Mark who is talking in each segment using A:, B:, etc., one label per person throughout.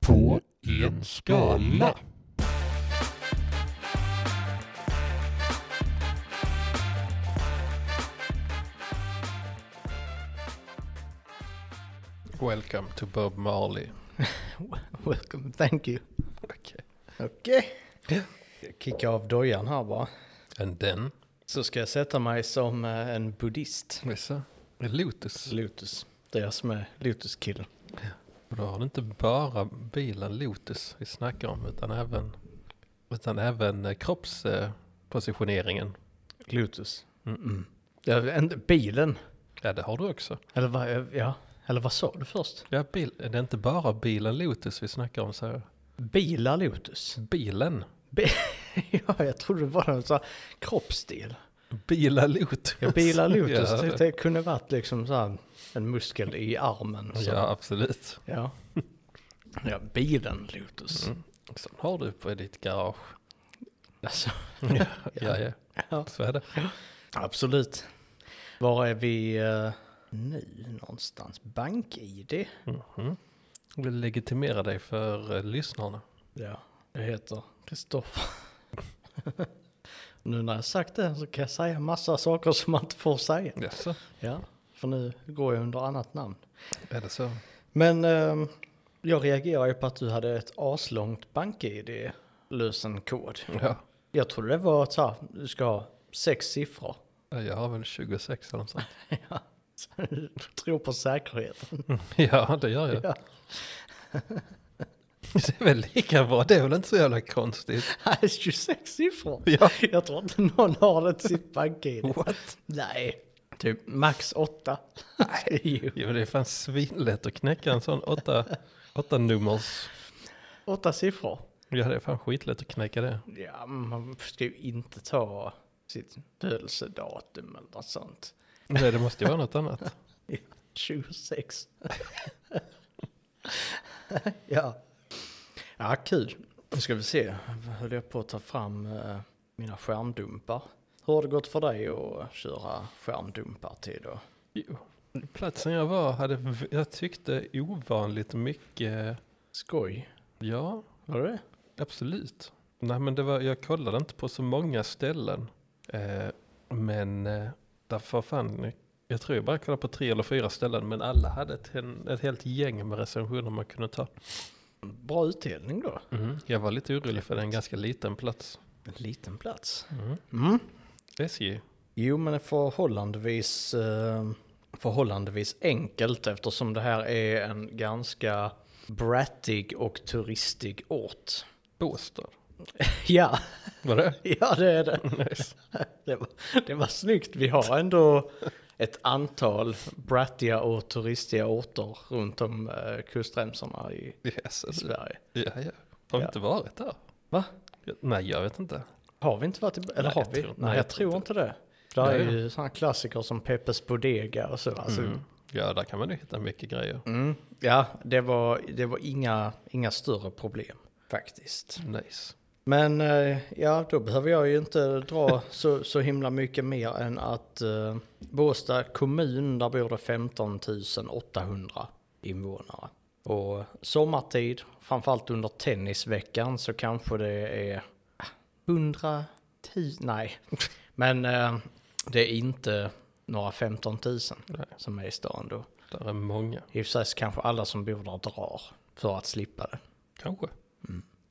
A: på en skala.
B: Welcome to Bob Marley.
C: Welcome, thank you.
B: Okay.
C: Okej. Kicka av dojan här bara.
B: And then?
C: Så ska jag sätta mig som eh, en buddhist.
B: Vissa? Lotus.
C: Lotus. Det är jag som är Lotus-killen.
B: Och då har du inte bara bilen Lotus vi snackar om utan även, utan även eh, kroppspositioneringen.
C: Lotus.
B: Mm.
C: Mm. Ja, en, bilen.
B: Ja det har du också.
C: Eller vad, eh, ja. Eller vad sa du först?
B: Ja, bil, det är inte bara bilen Lotus vi snackar om så.
C: Bilar Lotus.
B: Bilen.
C: Bi- ja, jag trodde det var någon sån här kroppsdel.
B: Bilar Lotus.
C: Ja, bilar Lotus.
B: Ja.
C: det, det kunde varit liksom så här en muskel i armen. Så.
B: Ja absolut.
C: Ja. Ja, bilen Lotus.
B: Mm. Sen har du på ditt garage.
C: Alltså,
B: Ja, ja, ja.
C: ja.
B: Så är det.
C: Absolut. Var är vi eh, nu någonstans? BankID?
B: Mhm. Vill legitimera dig för eh, lyssnarna.
C: Ja, jag heter Kristoffer. nu när jag sagt det så kan jag säga massa saker som man inte får säga.
B: Jaså?
C: Ja, för nu går jag under annat namn.
B: Är det så?
C: Men ehm, jag reagerar ju på att du hade ett aslångt BankID lösenkod.
B: Ja.
C: Jag trodde det var så här, du ska ha sex siffror.
B: Jag har väl 26 eller något sånt.
C: ja, så du tror på säkerheten.
B: Ja, det gör jag.
C: Ja.
B: Det är väl lika bra, det är väl inte så jävla konstigt.
C: Nej, 26 siffror.
B: Ja.
C: Jag tror inte någon har det till sitt bank-id.
B: What?
C: Nej, typ max 8. Nej, jo.
B: Jo, det är fan svinlätt att knäcka en sån åtta, åtta nummers.
C: Åtta siffror.
B: Ja, det är fan skitlätt att knäcka det.
C: Ja, man ska ju inte ta sitt födelsedatum eller något sånt.
B: Nej, det måste ju vara något annat.
C: 26. ja. Ja, kul. Nu ska vi se. Jag höll jag på att ta fram eh, mina skärmdumpar. Hur har det gått för dig att köra skärmdumpar till då?
B: Jo. Platsen jag var hade, v- jag tyckte ovanligt mycket,
C: Skoj.
B: ja,
C: Var det det?
B: absolut. Nej, men det var, jag kollade inte på så många ställen. Eh, men eh, därför fan, jag tror jag bara kollade på tre eller fyra ställen, men alla hade ett, hen- ett helt gäng med recensioner man kunde ta.
C: Bra utdelning då.
B: Mm. Jag var lite orolig för det är en ganska liten plats.
C: En liten plats.
B: Mm.
C: Mm.
B: SJ.
C: Jo, men det är förhållandevis, eh, förhållandevis enkelt eftersom det här är en ganska brattig och turistig ort.
B: Båstad.
C: Ja,
B: Var det?
C: ja det är det.
B: Nice.
C: Det var, det var snyggt. Vi har ändå ett antal brattiga och turistiga orter runt om eh, kustremsorna i,
B: Yes,
C: i
B: alltså.
C: Sverige.
B: ja, ja. Har vi
C: Ja.
B: inte varit där?
C: Va?
B: Ja, Nej, jag vet inte.
C: Har vi inte varit i, eller
B: Nej,
C: har
B: jag
C: vi?
B: tror-
C: nej, jag tror inte det. Det
B: Ja,
C: är
B: ja.
C: ju sådana klassiker som Peppes Bodega och så. Alltså,
B: Mm. Ja, där kan man ju hitta mycket grejer.
C: Mm, ja, det var, det var inga, inga större problem faktiskt.
B: Nice.
C: Men eh, ja, då behöver jag ju inte dra så, så himla mycket mer än att eh, Båstad kommun, där bor det 15 800 invånare. Och sommartid, framförallt under tennisveckan, så kanske det är ah, 110, nej. Men eh, det är inte några 15 000
B: Nej.
C: som är i stan då.
B: Där är många.
C: I och för sig så kanske alla som bor där drar för att slippa det.
B: Kanske.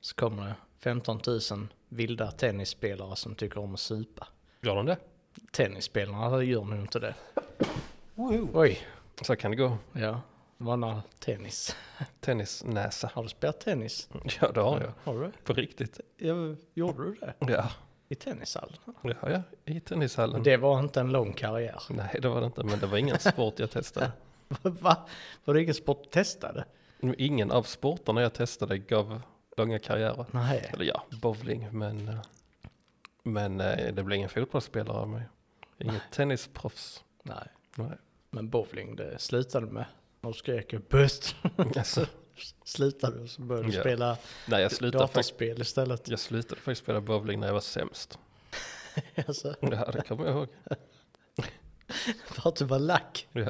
C: Så kommer det 15 000 vilda tennisspelare som tycker om att supa.
B: Gör de det?
C: Tennisspelarna gör nog inte det. Oj,
B: Så kan det gå.
C: ja. Vanna tennis.
B: Tennisnäsa.
C: Har du spelat tennis?
B: Ja, det har jag.
C: Har du?
B: På riktigt.
C: Ja, gjorde du det?
B: Ja,
C: I tennishallen?
B: ja, ja. i tennishallen.
C: Det var inte en lång karriär.
B: Nej, det var det inte. Men det var ingen sport jag testade.
C: Va? Var det ingen sport du testade?
B: Ingen av sporterna jag testade gav långa karriärer.
C: Nej.
B: Eller ja, bowling, men, eh, men eh, det blir ingen fotbollsspelare av mig. Inget tennisproffs.
C: Nej.
B: Nej.
C: Men bowling, det slutade med. De skrek ju böst.
B: Alltså,
C: slutade och så började du
B: Ja.
C: spela
B: nej, jag slutade, faktiskt,
C: datorspel istället.
B: jag slutade faktiskt spela bowling när jag var sämst.
C: Alltså.
B: Ja, det kommer jag ihåg.
C: För att du var lack.
B: Ja,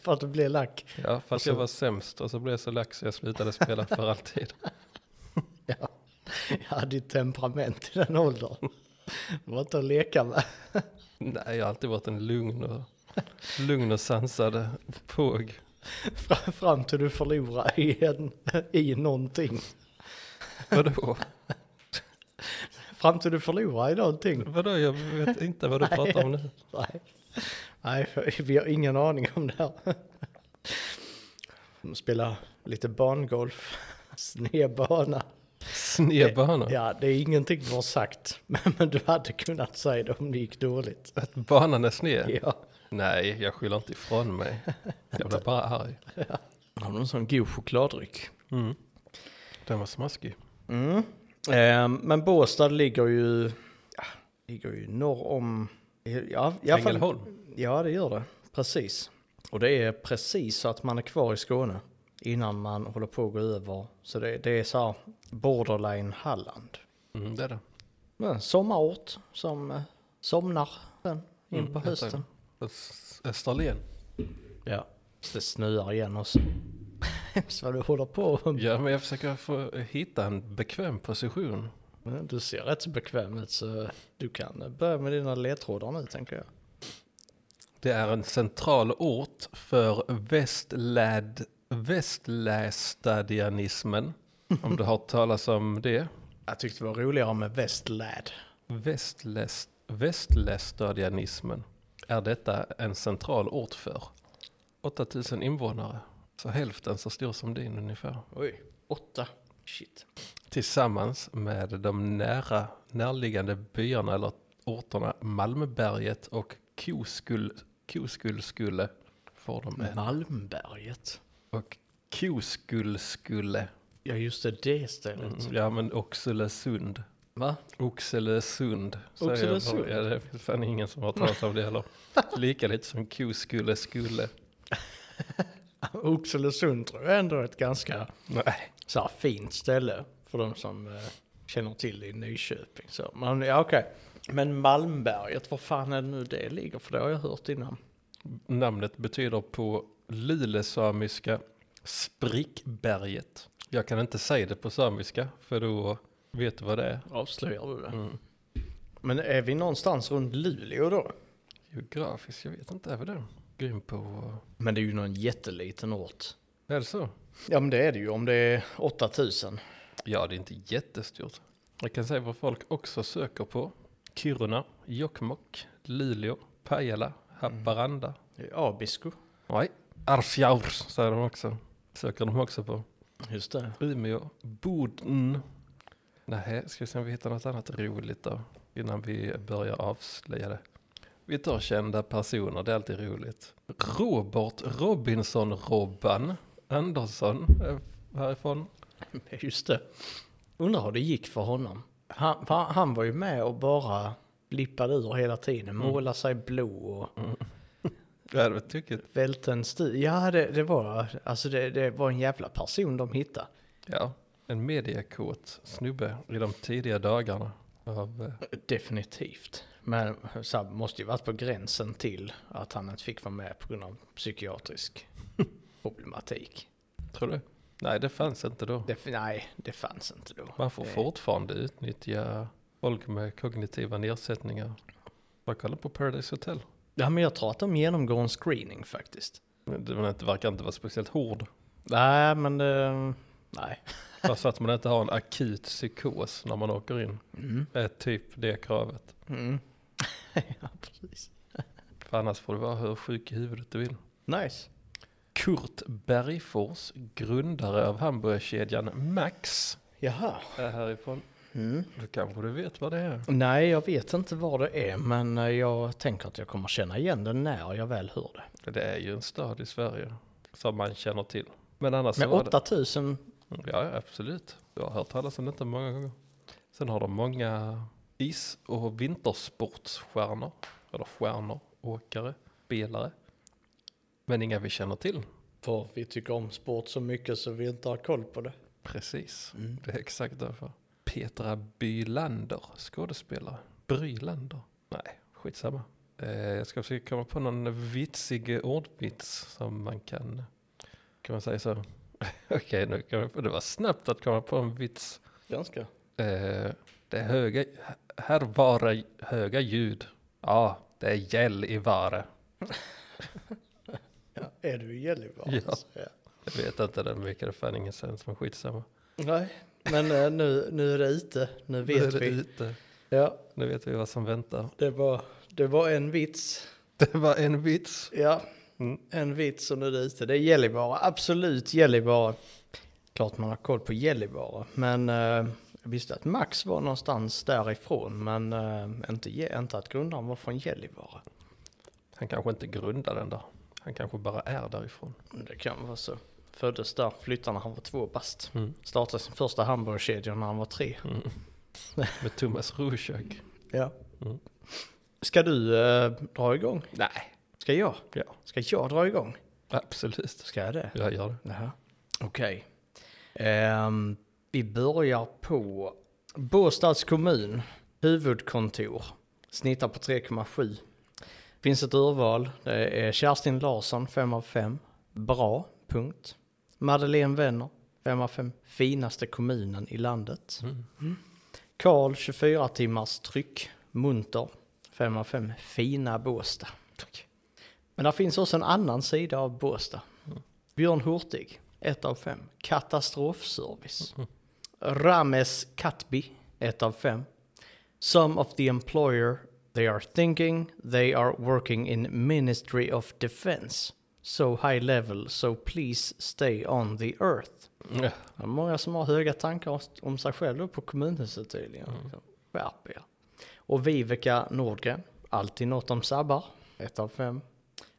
C: För att du blev lack.
B: ja för att jag var sämst och så blev jag så lax så jag slutade spela för alltid.
C: Ja. Jag hade ju temperament i den åldern. Det var inte att leka med.
B: Nej, jag har alltid varit en lugn och, lugn och sansad påg.
C: Fram, fram till du förlorar i, en, i någonting.
B: Vadå?
C: Fram till du förlorar i någonting.
B: Vadå? Jag vet inte vad du
C: Nej.
B: pratar om nu.
C: Nej. Nej, för- vi har ingen aning om det här. De spelar lite barngolf, snedbana.
B: Snedbana?
C: Ja, det är ingenting du har sagt, men, men du hade kunnat säga det om det gick dåligt.
B: Att banan är sned?
C: Ja.
B: Nej, jag skyller inte ifrån mig. Jag blev bara arg.
C: Har du en sån god chokladdryck?
B: Mm. Den var smaskig.
C: Mm. Eh, men Båstad ligger ju, ja, ligger ju norr om... Ja, i alla fall,
B: Ängelholm?
C: Ja, det gör det. Precis. Och det är precis så att man är kvar i Skåne innan man håller på att gå över. Så det, det är så här borderline Halland.
B: Mm, det är det.
C: Men sommarort som eh, somnar sen in
B: Mm,
C: på
B: helt
C: hösten.
B: Ös- Österlen?
C: Ja. Det snöar igen också. så du håller på.
B: Ja, men jag försöker få hitta en bekväm position.
C: Men Du ser rätt så bekväm ut så du kan börja med dina ledtrådar nu tänker jag.
B: Det är en central ort för västlad, västlästadianismen. Om du har hört talas om det.
C: Jag tyckte det var roligare med västlad.
B: Västläst, västlästadianismen är detta en central ort för. 8000 invånare, så hälften så stor som din ungefär.
C: Oj, åtta. Shit.
B: Tillsammans med de nära, närliggande byarna eller orterna Malmberget och Koskull, Koskullskulle får de en.
C: Malmberget.
B: Och Koskullskulle,
C: Ja just det, det stället.
B: mm, ja men Oxelösund.
C: Va?
B: Oxelösund. säger jag bara.
C: Oxelösund?
B: Ja, det finns fan ingen som har talat om det heller. Lika lite som Koskulle skulle.
C: Oxelösund tror jag ändå är ett ganska
B: Nej.
C: så här, fint ställe för de som eh, känner till det i Nyköping. Så, men ja, okej. Men Malmberget, var fan är det nu det ligger? För det har jag hört innan.
B: Namnet betyder på lulesamiska sprickberget. Jag kan inte säga det på samiska för då vet du vad det är.
C: Avslöjar du det?
B: Mm.
C: Men är vi någonstans runt Luleå då?
B: Geografiskt, jag vet inte. Är väl det grym på...
C: Men det är ju någon jätteliten ort.
B: Är det så?
C: Ja men det är det ju om det är 8000.
B: Ja, det är inte jättestort. Jag kan säga vad folk också söker på. Kiruna, Jokkmokk, Luleå, Pajala, Haparanda,
C: Det är Abisko.
B: Nej, Arfjaur säger de också. Söker de också på.
C: Just det.
B: Umeå, Boden. Nej, ska vi se om vi hittar något annat roligt då. Innan vi börjar avslöja det. Vi tar kända personer, det är alltid roligt. Robert Robinson-Robban Andersson är härifrån.
C: Just det. Undrar hur det gick för honom. Han, för han han var ju med och bara blippade ur hela tiden. Måla sig blå och
B: Det hade varit tokigt.
C: välte en sti. Ja, det, det var alltså det, det var en jävla person de hittade.
B: Ja, en mediekåt snubbe i de tidiga dagarna av eh,
C: Definitivt. Men så här, måste ju varit på gränsen till att han inte fick vara med på grund av psykiatrisk problematik.
B: Tror du? Nej, det fanns inte då.
C: Det, nej, det fanns inte då.
B: Man får
C: Nej.
B: fortfarande utnyttja folk med kognitiva nedsättningar. Bara kolla på Paradise Hotel.
C: Ja, men jag tror att de genomgår en screening faktiskt.
B: Men Det var inte- verkar inte vara speciellt hård.
C: Nej, men det, nej.
B: Bara så att man inte har en akut psykos när man åker in.
C: Mm.
B: Det är typ det kravet.
C: Mm. ja, precis.
B: För annars får du vara hur sjuk i huvudet du vill.
C: Nice.
B: Kurt Bergfors, grundare av hamburgerkedjan Max,
C: Jaha.
B: är härifrån.
C: Mm.
B: Då kanske du vet vad det är.
C: Nej, jag vet inte vad det är, men eh, jag tänker att jag kommer känna igen det när jag väl hör det.
B: Det är ju en stad i Sverige som man känner till. Men annars
C: Men
B: så var Alltså, det- Mm,
C: 8000,
B: Ja, ja, absolut. Jag har hört talas om detta många gånger. Sen har de många is och vintersportsstjärnor. Eller stjärnor, åkare, spelare. Men inga vi känner till.
C: för vi tycker om sport så mycket så vi inte har koll på det.
B: Precis, det är exakt därför. Petra Bylander, skådespelare. Brylander? Nej, skitsamma. Eh, jag ska försöka komma på någon vitsig ordvits som man kan, kan man säga så? Okej, nu kan jag, det var snabbt att komma på en vits.
C: Ganska.
B: Eh, det är höga, här vara höga ljud. Ja, det är gäll i vare.
C: Ja, är du i Gällivare? Alltså,
B: Ja. Jag vet inte, den mycket det fan ingen sens, men skitsamma.
C: Nej, men eh, nu, nu är det ute. Nu
B: nu är
C: vet
B: det
C: vi.
B: ute.
C: Ja,
B: Nu vet vi vad som väntar.
C: det var, det var en vits.
B: Det var en vits.
C: Ja,
B: Mm.
C: en vits och nu är det ute. Det är Gällivare, absolut Gällivare. Klart man har koll på Gällivare, men eh, jag visste att Max var någonstans därifrån, men eh, inte, Gä- inte att grundaren var från Gällivare.
B: Han kanske inte grundar den där. Han kanske bara är därifrån.
C: Mm, Det kan vara så. Föddes där, flyttade när han var två bast.
B: Mm.
C: Startade sin första hamburgerkedja när han var tre.
B: Mm. Med Thomas Rorschach.
C: Ja.
B: Mm.
C: Ska du eh, dra igång?
B: Nej.
C: Ska jag?
B: Ja.
C: Ska jag dra igång?
B: Absolut.
C: Ska jag det?
B: Jag gör det.
C: Jaha. Okej. Ehm, vi börjar på Båstads kommun, huvudkontor, snittar på 3,7. Finns ett urval, det är Kerstin Larsson, 5 av 5. Bra, punkt. Madeleine Wenner, 5 av 5. Finaste kommunen i landet.
B: Mm.
C: Karl, 24 timmars tryck, munter, 5 av 5. Fina Båstad. Men där finns också en annan sida av Båstad. Björn Hurtig, 1 av 5. Katastrofservice. Rames Katbi, 1 av 5. Some of the employer they are thinking they are working in Ministry of Defense. So high level, so please stay on the earth.
B: Ja.
C: Det är många som har höga tankar om sig själva på kommunhuset tydligen.
B: Mm.
C: Så, Skärp er. Och Viveka Nordgren, alltid något om sabbar, 1 av 5.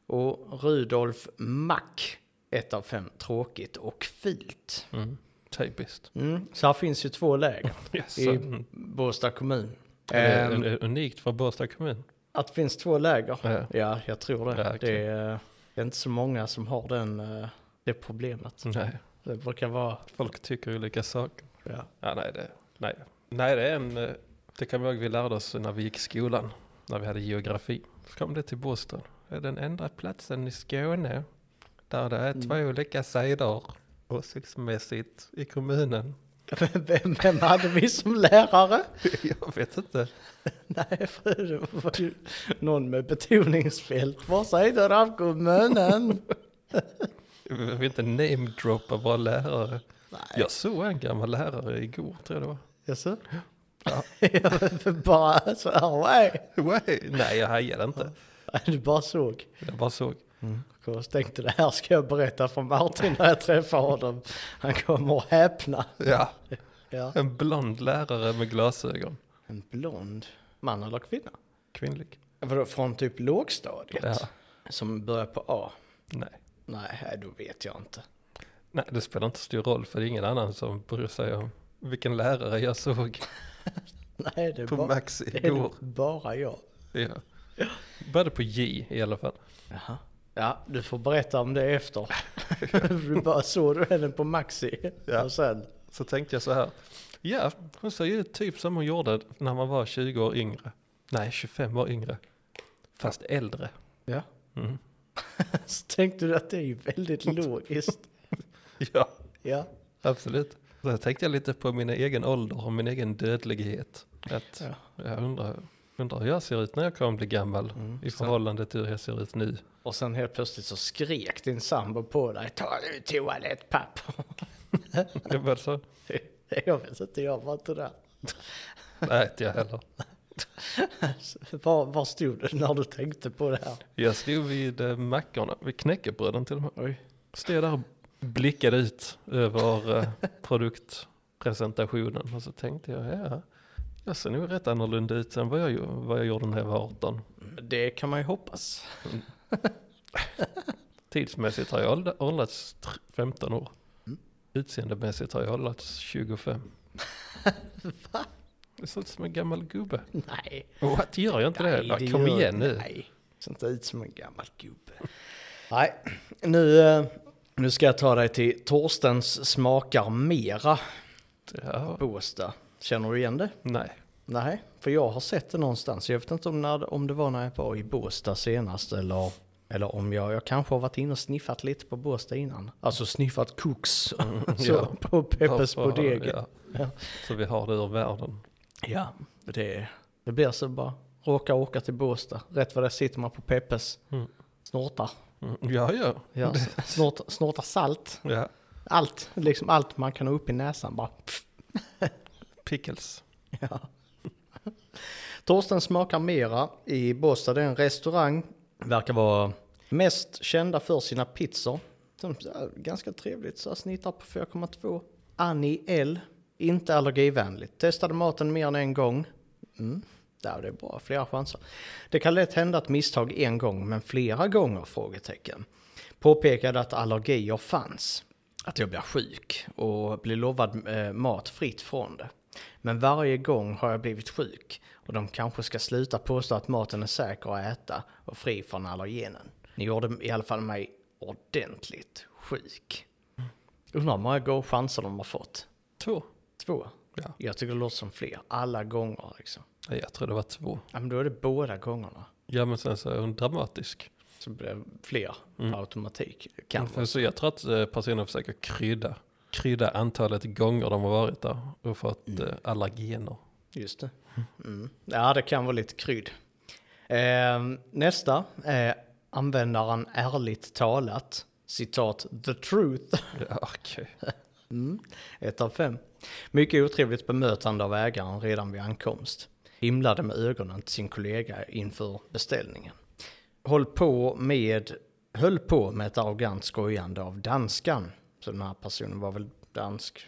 C: Och Rudolf Mack, 1 av 5, tråkigt och filt.
B: Mm. Typiskt.
C: Mm. Så här finns ju två läger
B: Yes.
C: i
B: Mm.
C: Båstad kommun.
B: Det är
C: Ehm,
B: det är unikt för Båstad kommun.
C: att det finns två läger,
B: Ja.
C: ja jag tror det.
B: Ja, okej.
C: det, är, det är inte så många som har den, eh, det problemet.
B: Nej.
C: Det brukar vara...
B: Folk tycker olika saker.
C: Ja.
B: Ja, nej, det, nej. nej, det är en... eh, Det kommer jag ihåg vi lärde oss när vi gick i skolan. När vi hade geografi. Så kom det till Båstad. Det är den enda platsen i Skåne där det är
C: Mm.
B: två olika sidor åsiktsmässigt i kommunen.
C: Vem, vem hade vi som lärare?
B: Jag vet inte.
C: Nej, för det var ju någon med betoningsfel. Vad säger du av kommunen?
B: Vi vill inte namedroppa våra lärare.
C: Nej,
B: Jag såg en gammal lärare igår tror jag det var.
C: jaså?
B: Ja.
C: Jag bara så här, nej.
B: Way. Nej, jag hajade inte.
C: Nej, Du bara såg.
B: Jag bara såg.
C: Mm. Jag tänkte det här ska jag berätta för Martin när jag träffar honom. Han kommer att häpna.
B: Ja,
C: Ja.
B: en blond lärare med glasögon.
C: En blond man eller kvinna?
B: Kvinnlig.
C: Vadå, från typ lågstadiet?
B: Ja.
C: Som börjar på A?
B: Nej.
C: Nej, nej, då vet jag inte.
B: Nej, det spelar inte stor roll för det är ingen annan som bryr sig om vilken lärare jag såg
C: Nej, det är,
B: på
C: bara,
B: Max
C: det är
B: igår.
C: bara jag.
B: Ja. Började på J i alla fall.
C: Jaha. Ja, du får berätta om det efter. du bara såg du henne på Maxi.
B: Ja.
C: Och sen,
B: Så tänkte jag så här. Ja, hon ser ju ut typ som hon gjorde när man var 20 år yngre. Nej, 25 år yngre. Fast äldre.
C: ja.
B: Mm.
C: så tänkte du att det är ju väldigt logiskt.
B: Ja.
C: Ja.
B: Absolut. Sen tänkte jag lite på min egen ålder och min egen dödlighet. Att
C: Ja.
B: Jag undrar, undrar hur jag ser ut när jag kommer bli gammal
C: Mm,
B: i
C: så-
B: förhållande till hur jag ser ut nu.
C: Och sen helt plötsligt så skrek din sambo på dig, ta nu toalettpapper.
B: Jag bara så,
C: jag vet inte, jag var inte där.
B: nej inte jag heller.
C: Var, var stod du när du tänkte på det här?
B: Jag stod vid eh, mackorna, vid knäckebröden till och med.
C: Oj.
B: Stod där och blickade ut över eh, produktpresentationen och så tänkte jag, ja, jag ser nog rätt annorlunda ut än vad jag, gjo- vad jag gjorde när jag var 18.
C: Det kan man ju hoppas.
B: Tidsmässigt har jag ålder- åldrats tr- 15 år.
C: Mm.
B: Utseendemässigt har jag åldrats 25.
C: Va?
B: Jag ser ut som en gammal gubbe.
C: Nej.
B: What, gör jag inte det? Ja, kom
C: gör-
B: igen nu.
C: Nej, ser inte ut som en gammal gubbe. nej, nu, eh, nu ska jag ta dig till Torstens smakar mera
B: Ja,
C: Båstad. Känner du igen det?
B: nej.
C: Nej, för jag har sett det någonstans. Jag vet inte om, när, om det var när jag var i Båstad senast eller, eller om jag, jag kanske har varit inne och sniffat lite på Båstad innan. Alltså sniffat koks så,
B: ja.
C: på Peppes
B: Varför-
C: Bodega. Mm, Ja.
B: Ja. Så vi har det ur världen.
C: Ja, det, det blir så bara. Råka åka till Båstad. Rätt vad det är sitter man på Peppes.
B: Mm.
C: Snortar.
B: Mm, Ja, ja.
C: Ja, snortar, snortar salt.
B: ja.
C: Allt, liksom allt man kan ha upp i näsan bara.
B: Pickles.
C: Ja. Torsten smakar mera i Båstad. Det är en restaurang. Verkar vara mest kända för sina pizzor. Som är ganska trevligt, så här snittar på 4,2. Annie L. Inte allergivänligt. Testade maten mer än en gång. Mm. Ja, det är bra, flera chanser. Det kan lätt hända ett misstag en gång, men flera gånger? frågetecken. Påpekade att allergier fanns. Att jag blir sjuk och blir lovad eh, mat fritt från det. Men varje gång har jag blivit sjuk och de kanske ska sluta påstå att maten är säker att äta och fri från allergenen. Ni gjorde i alla fall mig ordentligt sjuk. Undrar hur många gånger chanser de har fått.
B: Två.
C: Två?
B: Ja.
C: Jag tycker det låter som fler. Alla gånger liksom.
B: Nej, jag tror det var två.
C: Ja, men då är det båda gångerna.
B: Ja, men sen så är hon dramatisk.
C: Så blir det fler per automatik. Kan
B: För Så jag tror att eh, personen försöker krydda, krydda antalet gånger de har varit där och fått
C: Mm.
B: eh, allergener.
C: Just det. Mm. Ja, det kan vara lite krydd. Ehm, nästa är användaren ärligt talat, citat the truth,
B: Ja, okej.
C: mm. ett av fem. Mycket otrevligt bemötande av ägaren redan vid ankomst. Himlade med ögonen till sin kollega inför beställningen. Håll på med, höll på med ett arrogant skojande av danskan. Så den här personen var väl dansk.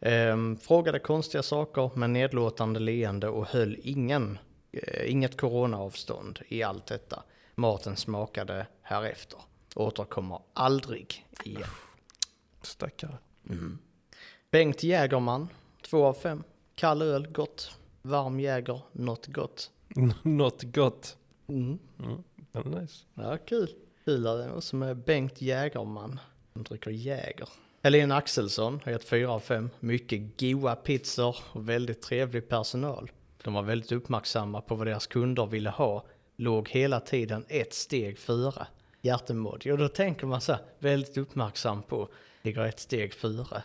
C: Ehm, frågade konstiga saker med nedlåtande leende och höll ingen, eh, inget coronaavstånd i allt detta. Maten smakade härefter. Återkommer aldrig igen.
B: Stackare.
C: Bengt Jägerman, två av fem. Kall öl, gott. Varm Jäger, något gott.
B: Något gott.
C: Mm.
B: Ja, nice.
C: Ja, kul. Kul att det är någon som är Bengt Jägerman. Som dricker Jäger. Helena Axelsson har gett 4 av 5. Mycket goa pizzor och väldigt trevlig personal. De var väldigt uppmärksamma på vad deras kunder ville ha. Låg hela tiden ett steg före. Hjärtemodig. Och då tänker man så här, väldigt uppmärksam på, ligger ett steg före.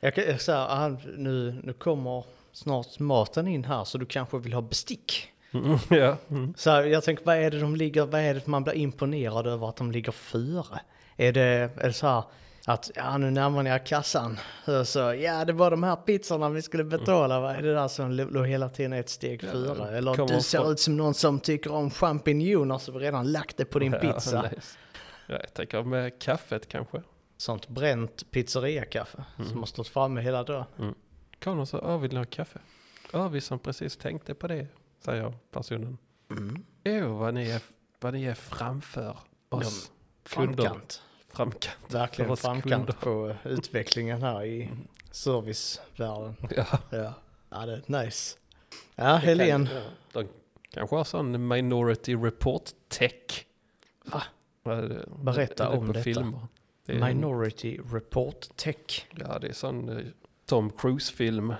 C: Jag kan jag säga, ah, nu, nu kommer snart maten in här så du kanske vill ha bestick.
B: Mm, ja. Mm.
C: Så här, jag tänker, vad är det de ligger, vad är det man blir imponerad över att de ligger före? Är det, är det så här att, ja nu närmar ni er kassan, så, så ja det var de här pizzorna vi skulle betala, va? är det där som lå- låg hela tiden ett steg före? Eller
B: kommer
C: du ser
B: från-
C: ut som någon som tycker om champinjoner så vi redan lagt det på din
B: Ja,
C: pizza.
B: nice. Ja, jag tänker med kaffet kanske.
C: Sånt bränt pizzeriakaffe
B: Mm.
C: som har stått framme hela dagen.
B: Kom och sa, ah, vill ni ha kaffe? Ja, vi som precis tänkte på det, säger personen. Åh, vad, ni är- vad ni är framför oss. kunder.
C: Framkant.
B: Framkant. för
C: Verkligen
B: oss kunder. Mm.
C: framkant på utvecklingen här i servicevärlden.
B: Ja,
C: Ja, ja det är nice. Ja, Helen.
B: de kanske har sån minority report tech.
C: Va?
B: Vad är det?
C: Berätta
B: Är det
C: om
B: på
C: detta.
B: Filmer? Det är, en-
C: Minority Report Tech.
B: ja, det är sån eh, Tom Cruise-film.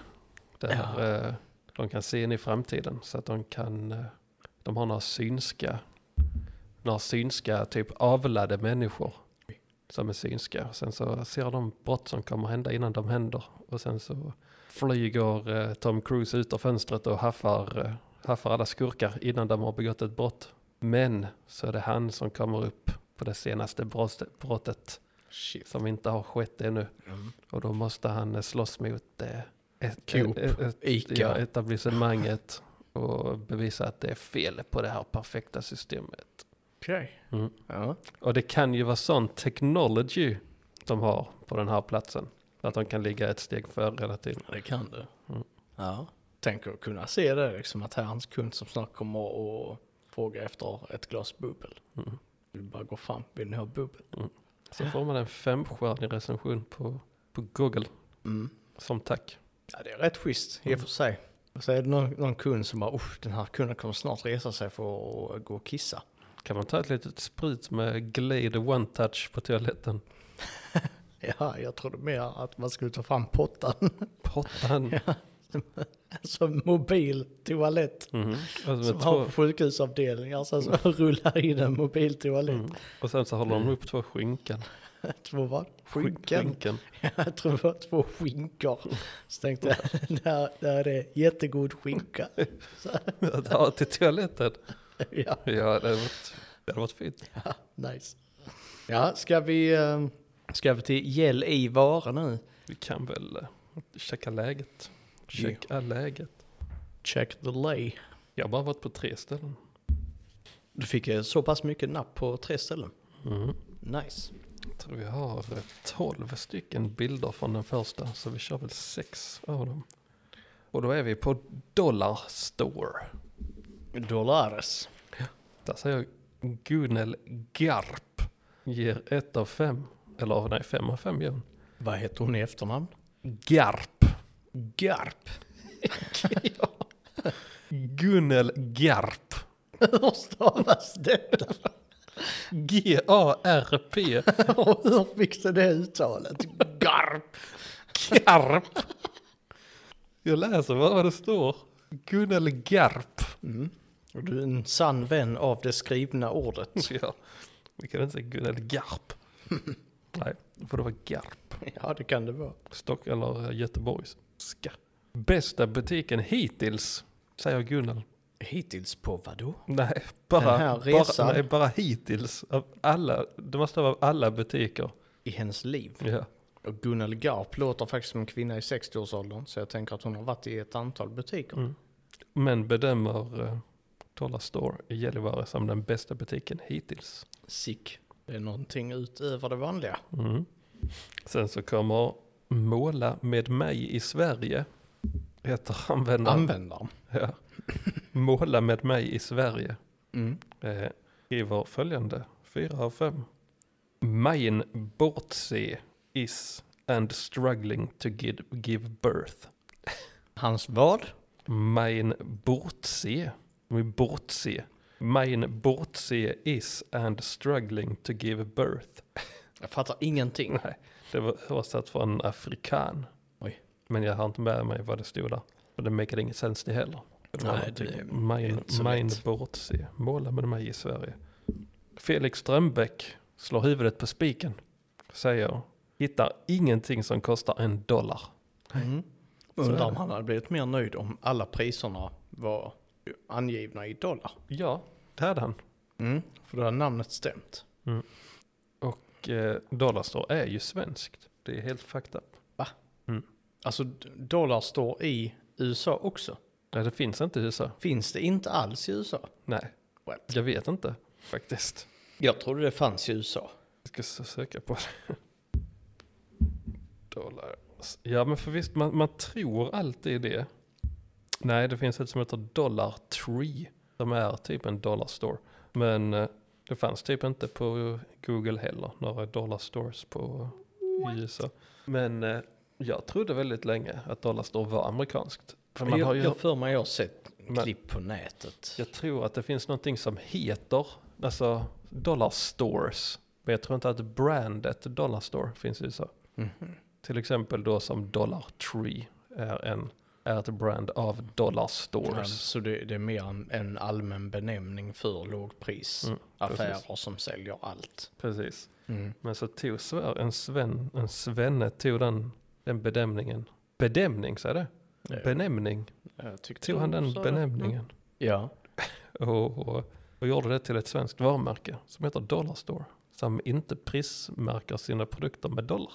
B: Där
C: Ja.
B: eh, de kan se in i framtiden. Så att de kan, eh, de har några synska, några synska typ avlade människor. Som är synska. Sen så ser de brott som kommer hända innan de händer. Och sen så flyger eh, Tom Cruise ut ur fönstret och haffar, eh, haffar alla skurkar innan de har begått ett brott. Men så är det han som kommer upp på det senaste brottet- brottet
C: Shit.
B: som inte har skett ännu. Och då måste han eh, slåss mot eh, ett, eh,
C: Coop,
B: ett, ett,
C: Ica.
B: ja, etablissemanget och bevisa att det är fel på det här perfekta systemet.
C: Okej.
B: Mm.
C: Ja.
B: Och det kan ju vara sån technology de har på den här platsen. Att de kan ligga ett steg före hela tiden.
C: det kan du.
B: Mm.
C: Ja. Tänker att kunna se det, liksom att här är hans kund som snart kommer och frågar efter ett glas bubbel.
B: Mm.
C: Du bara går fram, vill ni ha bubbel?
B: Så får man en femstjärnig recension på, på Google
C: Mm.
B: som tack.
C: Ja, det är rätt schysst i och för sig. Och så är det någon, någon kund som bara, usch, den här kunden kommer snart resa sig för att gå och kissa.
B: Kan man ta ett litet sprut med Glade One Touch på toaletten?
C: Ja, jag trodde mer att man skulle ta fram pottan.
B: Pottan.
C: alltså mobil toalett.
B: Mhm. Alltså,
C: Som
B: med
C: har
B: två,
C: på sjukhusavdelningar, sen så rullar in en mobiltoalett.
B: mm. Och sen så håller de upp två skynken.
C: Två vad?
B: Sky-
C: Skinken? Jag tror det var två skinkor. Så tänkte jag, där, där är det jättegod skinka.
B: Att ha till toaletten.
C: Ja,
B: Ja, det hade varit, det hade varit fint.
C: nice. Ja, ska vi, eh, ska vi till gäll i vara nu?
B: Vi kan väl eh, checka läget. Checka läget.
C: Check the lay.
B: Jag har bara varit på tre ställen.
C: Du fick eh, så pass mycket napp på tre ställen.
B: Mm.
C: Nice.
B: Jag tror vi har eh, 12 stycken bilder från den första, så vi kör väl sex av dem. Och då är vi på Dollar Store.
C: Dollares.
B: Där säger Gunnel Garp. Ger ett av fem. Eller nej, fem av fem gör hon.
C: Vad heter hon i efternamn?
B: Garp.
C: Garp. ja,
B: Gunnel Garp.
C: hur stavas detta?
B: G-A-R-P.
C: Och hur fick du det uttalet? Garp.
B: Garp. Jag läser bara vad det står. Gunnel Garp.
C: Mm. Och du är en sann vän av det skrivna ordet.
B: Ja, vi kan inte säga Gunnel Garp. Nej, det får det vara Garp.
C: Ja, det kan det vara.
B: Stock eller Göteborgska. Bästa butiken hittills, säger Gunnel.
C: Hittills på vadå?
B: Nej, bara,
C: Den här resan.
B: bara, nej, bara hittills. Av alla, det måste vara av alla butiker.
C: I hennes liv.
B: Ja.
C: Och Gunnel Garp låter faktiskt som en kvinna i 60-årsåldern, så jag tänker att hon har varit i ett antal butiker.
B: Mm. Men bedömer eh, Dollar Store i Gällivare som den bästa butiken hittills.
C: Sick. Det är någonting utöver det vanliga.
B: Mm. Sen så kommer Måla med mig i Sverige. Heter användaren.
C: Användaren.
B: Ja. Måla med mig i Sverige.
C: Mm.
B: Eh, skriver följande. fyra av fem. Mein bortse is and struggling to give, give birth.
C: Hans vad?
B: Mein bortse. Min bortse. Mein bortse is and struggling to give birth.
C: Jag fattar ingenting.
B: Nej, det var översatt från afrikan.
C: Oj.
B: Men jag har inte med mig vad det stod där. Och det makade ingen sens det heller.
C: Nej,
B: var
C: det är
B: mine,
C: inte så
B: mine
C: lätt.
B: bortse. Måla med mig i Sverige. Felix Strömbäck slår huvudet på spiken. Säger, hittar ingenting som kostar en dollar.
C: Mm.
B: Så är
C: Undrar om
B: det.
C: han hade blivit mer nöjd om alla priserna var angivna i dollar.
B: Ja, det hade han.
C: Mm. För då hade namnet stämt.
B: Och eh, Dollarstore är ju svenskt. Det är helt fucked up.
C: Alltså, d- dollar står i USA också.
B: Nej, det finns inte i USA.
C: Finns det inte alls i USA?
B: Nej,
C: What?
B: jag vet inte faktiskt.
C: Jag trodde det fanns i USA.
B: Jag ska s- söka på det. Dollar. Ja men för visst, man, man tror alltid det. Nej, det finns ett som heter Dollar Tree. Som är typ en dollar store. Men eh, det fanns typ inte på Google heller. Några dollar stores på i USA. Men eh, jag trodde väldigt länge att dollar store var amerikanskt. För man
C: jag,
B: har ju,
C: jag
B: jag,
C: för mig jag har sett
B: Men-
C: klipp på nätet.
B: tror att det finns någonting som heter alltså dollar stores. Men jag tror inte att brandet dollar store finns i USA.
C: Mhm.
B: Till exempel då som Dollar Tree är, en, är ett brand av Dollar
C: Ja,
B: Stores.
C: Så det, det är mer en, en allmän benämning för
B: Mm,
C: lågprisaffärer som säljer allt.
B: Precis. Men så tog Sver- en, sven, en svenne tog den, den bedömningen. Bedömning, säger det?
C: Ja,
B: Benämning.
C: Eh, jag tyckte
B: Tog han
C: de
B: den
C: sa det. mm.
B: benämningen?
C: Ja.
B: Och, och, och gjorde det till ett svenskt varumärke som heter Dollar Store. Som inte prismärker sina produkter med dollar.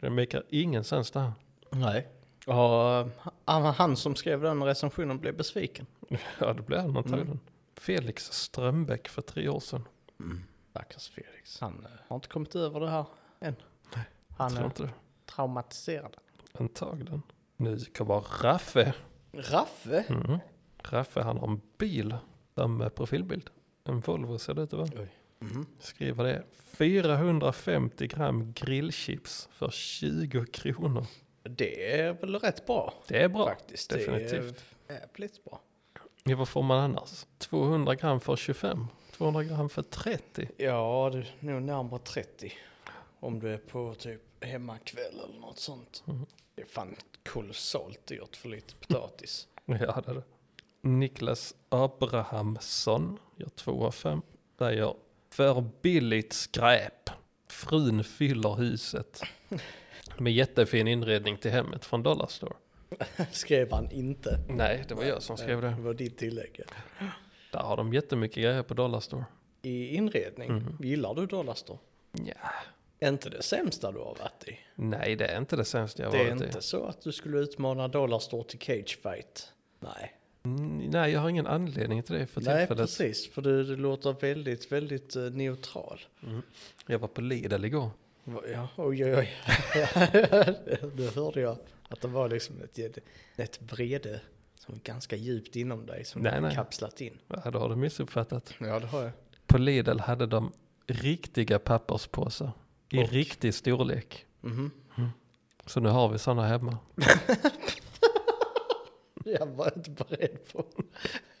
B: Det märker ingen sens det här.
C: Mm. Nej. Ja, han, han som skrev den recensionen blev besviken.
B: Ja, det blir han
C: Mm.
B: antagligen. Felix Strömbäck för tre år sedan.
C: Mm. Stackars Felix. Han eh, har inte kommit över det här än. Han
B: Tror
C: är
B: inte det.
C: traumatiserad.
B: Antagligen. Nu kommer Raffe.
C: Raffe?
B: Mm. Raffe han har en bil som profilbild. En Volvo ser det ut att vara.
C: Mm.
B: Skriver det. 450 gram grillchips för 20 kronor.
C: Det är väl rätt bra
B: Det är bra.
C: faktiskt.
B: definitivt.
C: Det är jävligt bra.
B: Ja, vad får man annars? 200 gram för 25. 200 gram för 30.
C: Ja, det är nog närmare 30. Om du är på typ hemmakväll eller något sånt. Det är fan kolossalt dyrt för lite potatis.
B: Ja, det är det. Niklas Abrahamsson gör 2 av 5. Där gör för billigt skräp. Frun fyller huset. Med jättefin inredning till hemmet från Dollarstore.
C: Skrev han inte.
B: Nej, det var jag som skrev det.
C: Det var ditt tillägg. ja.
B: Där har de jättemycket grejer på Dollarstore.
C: I inredning, gillar du Dollarstore?
B: Nja.
C: Är inte det sämsta du har varit i?
B: Nej, det är inte det sämsta jag
C: Det är
B: varit
C: inte
B: i.
C: så att du skulle utmana Dollarstore till cagefight. Nej.
B: Mm, Nej, jag har ingen anledning till det för
C: Nej,
B: tillfället.
C: precis. För du, du låter väldigt, väldigt eh, neutral.
B: Jag var på Lidl igår.
C: Ja, oj, oj, oj. Nu hörde jag att det var liksom ett, jed- ett vrede som är ganska djupt inom dig som
B: Nej,
C: du har
B: nej.
C: kapslat in.
B: Ja, då har du missuppfattat.
C: Ja, det har jag.
B: På Lidl hade de riktiga papperspåsar. I
C: Och? Mhm.
B: riktig storlek. Mm. Så nu har vi sådana hemma.
C: Jag var inte beredd på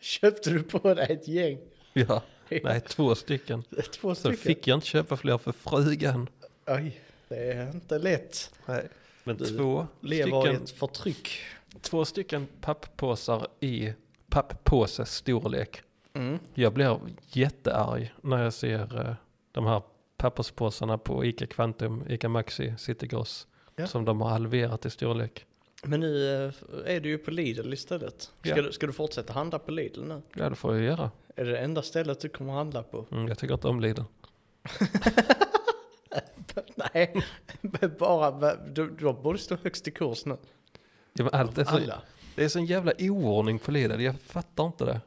C: Köpte du på dig ett gäng?
B: Ja, nej två stycken. Så
C: Två stycken?
B: fick jag inte köpa fler för frugan.
C: Oj, det är inte lätt.
B: Nej. Men
C: Du
B: två
C: Lever i
B: stycken,
C: ett förtryck.
B: två stycken papppåsar i papppåses storlek.
C: Mm.
B: Jag blir jättearg när jag ser eh, de här papperspåsarna på Ica Kvantum, Ica Maxi, City Gross.
C: Ja.
B: Som de har halverat i storlek.
C: Men nu eh, är du ju på Lidl istället. Ska,
B: Ja.
C: du, ska du fortsätta handla på Lidl nu?
B: Ja, det får jag göra.
C: Är det det enda stället du kommer handla på?
B: Mm, jag tycker inte om Lidl.
C: Nej, men bara, du, du borde stå högst i kurs nu.
B: Ja, men allt är så,
C: Alla.
B: det är sån jävla oordning på Lidl, jag fattar inte det.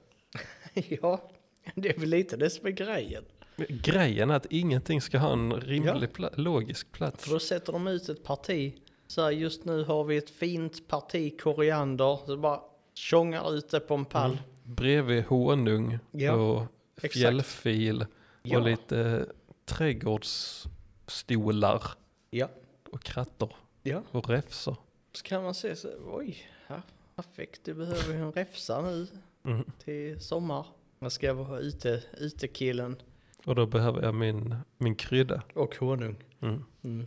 C: Ja, det är väl lite det som är grejen.
B: Grejen är att ingenting ska ha en rimlig, pla- logisk plats.
C: För då sätter de ut ett parti. Så här, just nu har vi ett fint parti koriander. Så bara tjongar ut det på en pall.
B: Bredvid honung
C: Ja,
B: Mm. och
C: exakt.
B: fjällfil
C: Ja.
B: och lite trädgårdsstolar
C: Ja.
B: och krattor
C: ja.
B: och räfsor.
C: Så kan man se så, oj, ja, perfekt. Du behöver ju en räfsa nu
B: Mm.
C: till sommar. Man ska vara ute, utekillen.
B: Och då behöver jag min, min krydda.
C: Och honung.
B: Mm.
C: Mm.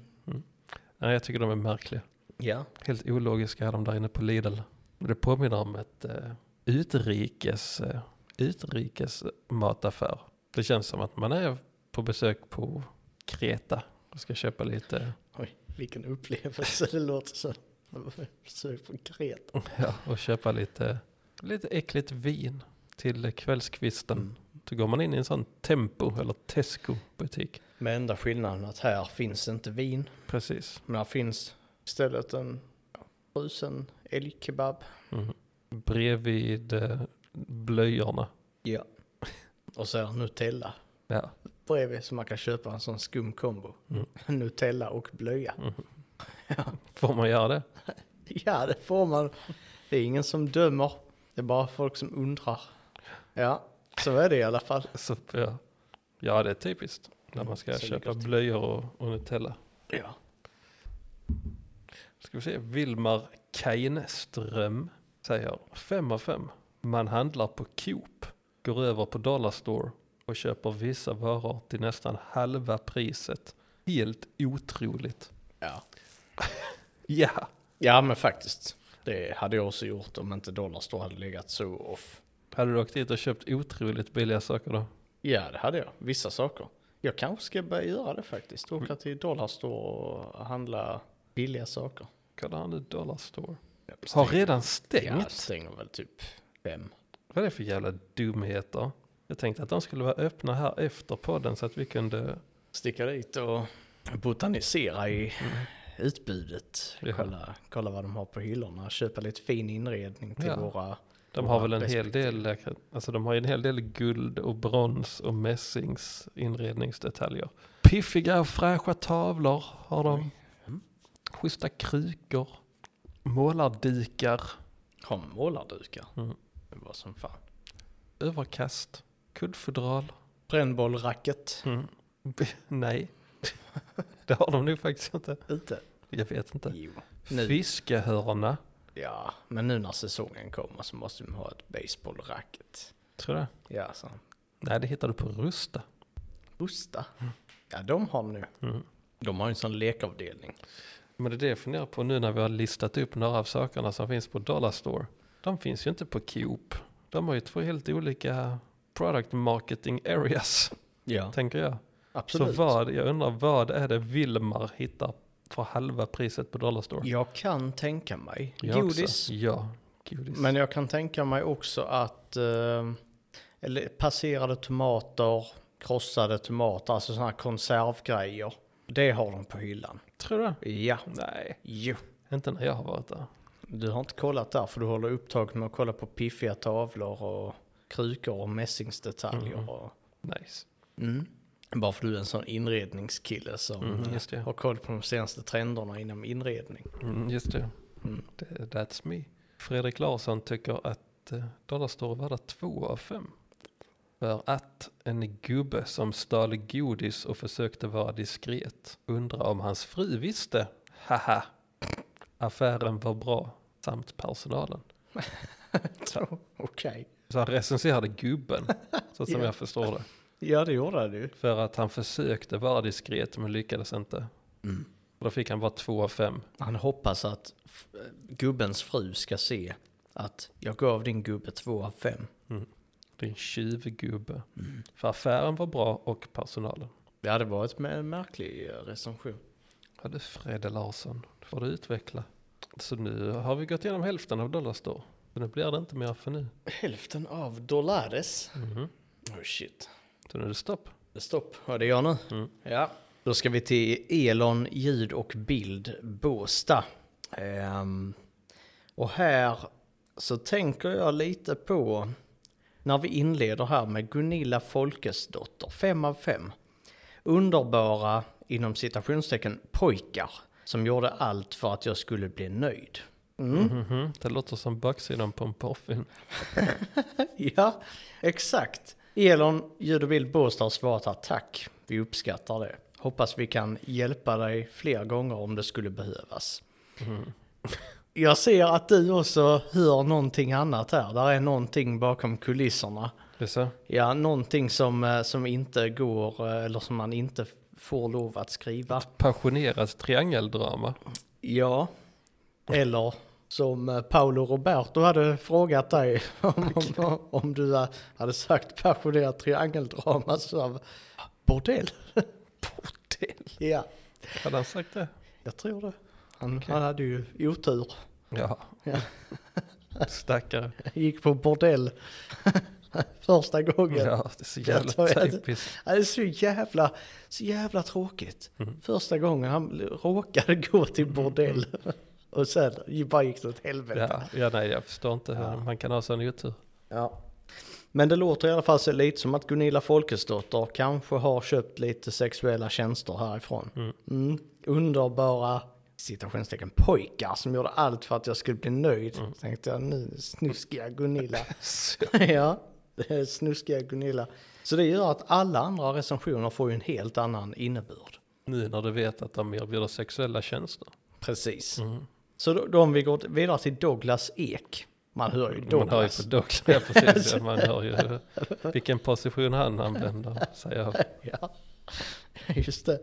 B: Nej, jag tycker de är märkliga.
C: Ja.
B: Helt ologiska är de där inne på Lidl. Det påminner om ett eh, utrikes, eh, utrikes mataffär. Det känns som att man är på besök på Kreta och ska köpa lite
C: Oj, vilken upplevelse det låter så. Försök på Kreta.
B: Ja, och köpa lite, lite äckligt vin till kvällskvisten.
C: Mm.
B: Så går man in i en sån Tempo eller Tesco-butik.
C: Med enda skillnaden att här finns inte vin.
B: Precis.
C: Men här finns istället en ja, frusen älgkebab.
B: Mm. Bredvid eh, blöjorna.
C: Ja. Och så är det Nutella
B: Ja.
C: bredvid så man kan köpa en sån skum kombo. Nutella och blöja.
B: Mm-hmm. Får man göra det?
C: Ja, det får man. Det är ingen som dömer. Det är bara folk som undrar. Ja, så är det i alla fall.
B: Så, ja. ja, det är typiskt. När man ska
C: Mm, så
B: köpa
C: gott.
B: blöjor och, och Nutella.
C: Ja.
B: Ska vi se. Vilmar Keinström säger 5 av 5. Man handlar på Coop, går över på Dollarstore och köper vissa varor till nästan halva priset. Helt otroligt.
C: ja.
B: Ja,
C: Ja, men faktiskt. Det hade jag också gjort om inte Dollarstore hade legat så off.
B: hade du åkt dit och köpt otroligt billiga saker då?
C: Ja, det hade jag. Vissa saker. Jag kanske ska börja göra det faktiskt. Åka till Dollarstore och handla billiga saker.
B: Kallar han det Dollarstore?
C: Ja,
B: Har redan stängt?
C: Ja, stänger väl typ fem.
B: Vad är det för jävla dumheter? Jag tänkte att de skulle vara öppna här efter podden så att vi kunde...
C: Sticka dit och botanisera i utbudet.
B: Ja.
C: Kolla, kolla vad de har på hyllorna. Köpa lite fin inredning till
B: Ja.
C: våra...
B: De
C: våra
B: har väl en hel
C: respektive.
B: del, alltså de har ju en hel del guld och brons och mässings inredningsdetaljer. Piffiga och fräscha tavlor har de. Schyssta krukor, målardikar,
C: Har målardukar.
B: Mm.
C: Det var som fan.
B: överkast, kuddfodral.
C: Brännbollracket
B: Mm. B- Nej, det har de nu faktiskt inte.
C: ute.
B: Jag vet inte.
C: Jo. Nu.
B: Fiskehörna,
C: Ja, men nu när säsongen kommer så måste de ha ett baseballracket.
B: tror jag.
C: Ja, så.
B: Nej, det hittar du på Rusta.
C: Busta. Ja, de har de nu.
B: Mm.
C: De har ju en sån lekavdelning.
B: Men det är det jag funderar på nu när vi har listat upp några av sakerna som finns på Dollar Store. De finns ju inte på Coop. De har ju två helt olika product marketing areas,
C: Ja,
B: tänker jag.
C: absolut.
B: Så vad, jag undrar vad är det Vilmar hittar för halva priset på Dollar Store?
C: Jag kan tänka mig
B: Jag också.
C: godis.
B: Ja, godis.
C: Men jag kan tänka mig också att eh, eller passerade tomater, krossade tomater, alltså sådana här konservgrejer. Det har de på hyllan.
B: Tror du det?
C: Ja.
B: Nej,
C: Jo.
B: inte när jag har varit där.
C: Du har inte kollat där för du håller upptagen med att kolla på piffiga tavlor och krukor och mässingsdetaljer. Och,
B: Nice.
C: mm. Bara för du är en sån inredningskille som
B: Mm,
C: eh,
B: just det.
C: har koll på de senaste trenderna inom inredning.
B: Mm, just det.
C: Mm.
B: Det- That's me. Fredrik Larsson tycker att eh, dollarstore är värda två av fem. För att en gubbe som stal godis och försökte vara diskret undrar om hans fru visste. Haha. Affären var bra. Samt personalen.
C: Så, Okej.
B: Så han recenserade gubben. Så som
C: Ja.
B: jag förstår det.
C: Ja, det gjorde du.
B: För att han försökte vara diskret men lyckades inte. Och då fick han bara två av fem.
C: Han hoppas att f- gubbens fru ska se att jag gav din gubbe två av fem.
B: Det är en tjuvgubbe. För affären var bra och personalen.
C: Det hade varit en märklig eh, recension.
B: Ja du Fredde Larsson, det får du utveckla. Så nu har vi gått igenom hälften av Dollarstore. Så nu blir det inte mer för nu.
C: Hälften av dollares. Oh shit.
B: Så nu är det stopp.
C: Det är Stopp, vad det gör nu? Ja. Då ska vi till Elon ljud och bild Båsta. Ehm, och här så tänker jag lite på när vi inleder här med Gunilla Folkesdotter, fem av fem. Underbara, inom citationstecken, pojkar som gjorde allt för att jag skulle bli nöjd. Mm.
B: Mhm, Det låter som baksidan på en porrfilm.
C: Ja, exakt. Elon, ljud och bild Båstad har svarat här, tack. Vi uppskattar det. Hoppas vi kan hjälpa dig fler gånger om det skulle behövas. Jag ser att du också hör någonting annat här. Där är någonting bakom kulisserna.
B: Det är så?
C: Ja, någonting som, eh, som inte går eh, eller som man inte får lov att skriva.
B: Passionerat triangeldrama.
C: Ja, eller som eh, Paolo Roberto hade frågat dig om, om, om du eh, hade sagt passionerat triangeldrama så av bordell.
B: Bordell.
C: Ja,
B: Hade han sagt det?
C: jag tror det. Han, han hade ju otur.
B: Ja.
C: Ja.
B: Stackare.
C: Gick på bordell första gången.
B: Ja, det är så
C: Jag tror
B: jävla
C: jag-
B: typiskt.
C: Ja, Det är så jävla, så jävla tråkigt. Första gången han råkade gå till bordell. Och sen bara gick det åt helvete.
B: Ja, ja, nej jag förstår inte hur man kan ha sån otur.
C: Ja. Men det låter i alla fall så lite som att Gunilla Folkesdotter kanske har köpt lite sexuella tjänster härifrån. Mm. Underbara citationstecken pojkar som gjorde allt för att jag skulle bli nöjd.
B: Mm.
C: Tänkte jag nu snuskiga Gunilla. ja, det är snuskiga Gunilla. Så det gör att alla andra recensioner får ju en helt annan innebörd.
B: Nu när du vet att de erbjuder sexuella tjänster.
C: Precis.
B: Mm.
C: Så då, då om vi går vidare till Douglas Ek. Man hör ju Douglas.
B: Man hör ju på Douglas, ja, precis, ja, man hör ju vilken position han använder, säger jag.
C: Ja, just det.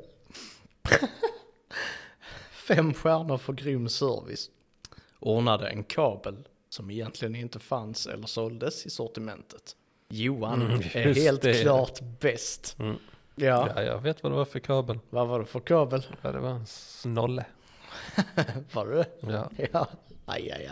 C: Fem stjärnor för grym service. Ordnade en kabel som egentligen inte fanns eller såldes i sortimentet. Johan är
B: Mm, just
C: helt
B: det. Mm.
C: klart bäst. Ja,
B: Ja, jag vet vad det var för kabel.
C: vad var det för kabel?
B: Ja, det var en snolle.
C: Var det?
B: Ja,
C: Ja, aj, aj,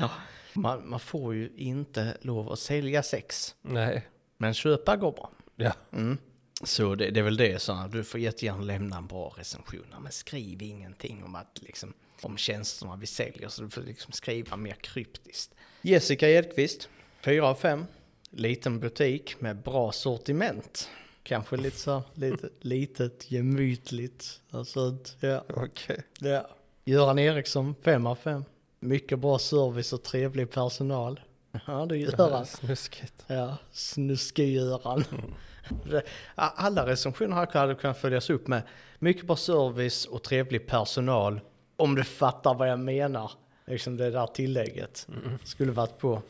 C: aj. Man, man får ju inte lov att sälja sex,
B: nej,
C: men köpa går bra.
B: ja,
C: Mm. Så det, det är väl det så du får jättegärna lämna en bra recension, men skriv ingenting om att liksom, om tjänsterna vi säljer, så du får liksom skriva mer kryptiskt. Jessica Edqvist, 4 av 5. Liten butik med bra sortiment. Kanske lite så, lite, litet, gemytligt och sånt. Ja,
B: okej.
C: ja. Göran Eriksson, 5 av 5. Mycket bra service och trevlig personal. Ja, det gör
B: Ja,
C: han.
B: Snuskigt.
C: Ja, snuskegöran. Det- a- Mm. Alla recensioner här hade kunnat följas upp med mycket bra service och trevlig personal. Om du fattar vad jag menar. Liksom det där tillägget skulle varit på.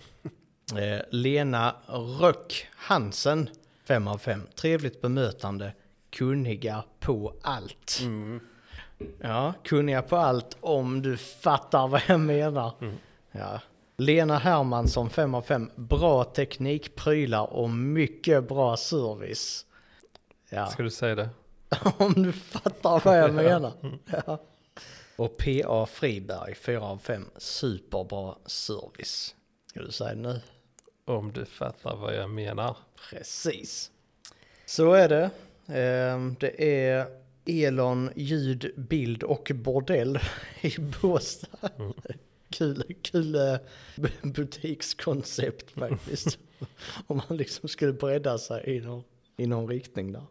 C: Eh, Lena Röck Hansen, 5 av 5. Trevligt bemötande, kunniga på allt. Ja, kunniga på allt om du fattar vad jag menar. Ja. Lena Hermansson 5 av 5. Bra teknik, prylar och mycket bra service. Ja,
B: Ska du säga det?
C: om du fattar vad jag menar. Ja. Och PA Friberg 4 av 5. Superbra service. Ska du säga det nu?
B: Om du fattar vad jag menar.
C: Precis. Så är det. Ehm, Det är Elon, ljud, bild och bordell i Båstad. Kul, kul eh, b- butikskoncept faktiskt. Om man liksom skulle bredda sig i någon, i någon riktning där.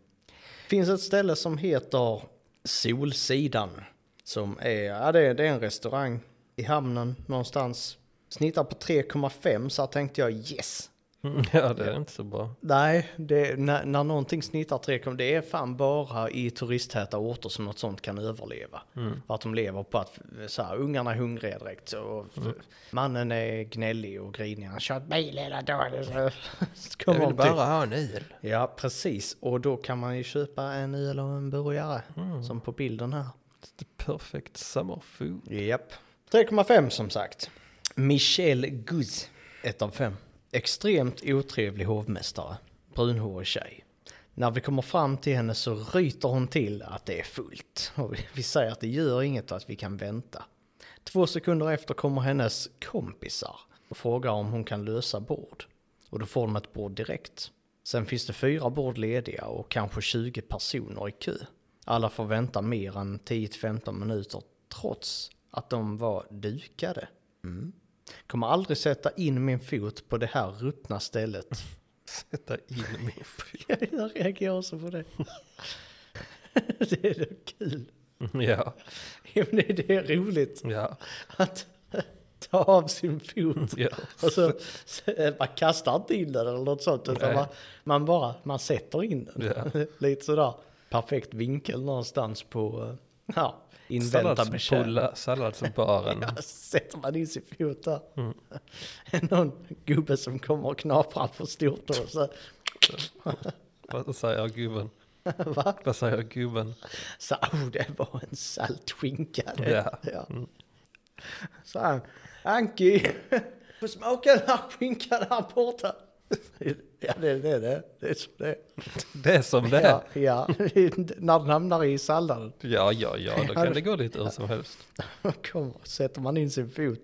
C: finns ett ställe som heter Solsidan. Som är, ja, det, är, det är en restaurang i hamnen någonstans. Snittar på 3,5 så här tänkte jag yes,
B: Mm, Ja, det är inte så bra.
C: Nej, det, när, när någonting snittar 3, det är fan bara i turisttäta orter som något sånt kan överleva. För att de lever på att så här, ungarna är hungriga direkt och mannen är gnällig och grinig. Han kör bil hela dagen. Så, så kommer de till-
B: ha en öl.
C: Ja, precis. Och då kan man ju köpa en öl och en burgare som på bilden här.
B: The perfect summer food.
C: Japp. 3,5 som sagt. Michelle Guz. 1 av 5. Extremt otrevlig hovmästare. Brunhårig tjej. När vi kommer fram till henne så ryter hon till att det är fullt. Och vi- vi säger att det gör inget och att vi kan vänta. Två sekunder efter kommer hennes kompisar och frågar om hon kan lösa bord. Och då får de ett bord direkt. Sen finns det fyra bord lediga och kanske 20 personer i kö. Alla får vänta mer än 10-15 minuter trots att de var dukade. Mm. Kommer aldrig sätta in min fot på det här ruttna stället.
B: Sätta in min fru.
C: Jag reagerar också på det. det är så kul.
B: Mm, Ja,
C: Ja, men Det det är roligt
B: ja,
C: att ta av sin fot.
B: ja.
C: Och så, så, man kastar inte in den eller något sånt, utan
B: Nej.
C: man, man bara man sätter in den.
B: Ja.
C: Lite sådär perfekt vinkel någonstans på, eh, ja, invänta betjäning.
B: Salladspola, salladsbaren.
C: Ja, sätter man in sin fot där.
B: Mm.
C: Någon gubbe som kommer och knaprar för stort och så,
B: Vad säger gubben?
C: va?
B: Vad säger gubben?
C: Så, oh, det var en saltskinka det.
B: Ja. Mm.
C: Ja. Så han, Anki, få smaka den här skinkan här borta. Ja, det är det. Det, det är så det är.
B: Det är som det
C: Ja,
B: är.
C: ja. när den hamnar i salladen
B: Ja, ja, ja, då kan det gå lite hur som helst.
C: kommer, sätter man in sin fot.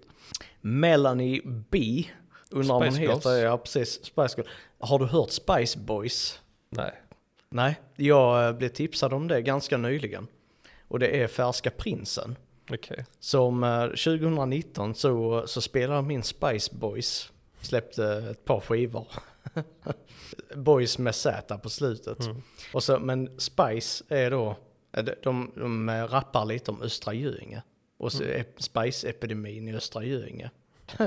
C: Melanie B. Undrar om hon
B: Spice Girls.
C: heter, ja precis, Spice Girls. Har du hört Spice Boys?
B: Nej.
C: Nej, jag eh, blev tipsad om det ganska nyligen. Och det är Färska Prinsen.
B: Okej.
C: Som eh, 2019 så, så spelade min Spice Boys. Släppte ett par skivor. Boys med Z på slutet. Och så, men Spice är då, eh, de, de, de eh, rappar lite om Östra Göinge. Och så är Spice-epidemin i Östra Göinge.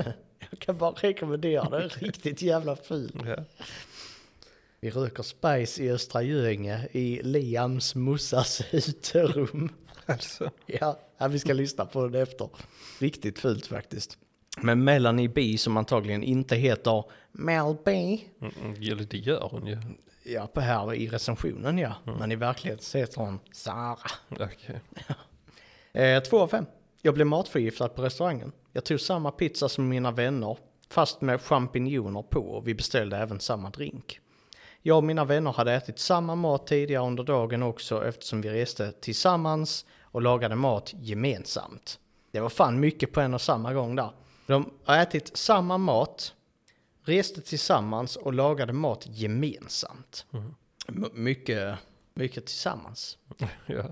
C: Jag kan bara rekommendera det, riktigt jävla fint.
B: Ja.
C: Vi röker Spice i Östra Göinge i Liams mossas uterum.
B: Alltså.
C: Ja, ja, vi ska lyssna på den efter. Riktigt fult faktiskt. Men Melanie B som antagligen inte heter Mel B.
B: Mm, mm, ja, det gör hon ju.
C: Ja, på här i recensionen ja. Men i verkligheten så heter hon Sara.
B: Okej.
C: Eh, två av fem. Jag blev matförgiftad på restaurangen. Jag tog samma pizza som mina vänner, fast med champinjoner på och vi beställde även samma drink. Jag och mina vänner hade ätit samma mat tidigare under dagen också eftersom vi reste tillsammans och lagade mat gemensamt. Det var fan mycket på en och samma gång där. De har ätit samma mat, reste tillsammans och lagade mat gemensamt. M- mycket, mycket tillsammans
B: Ja,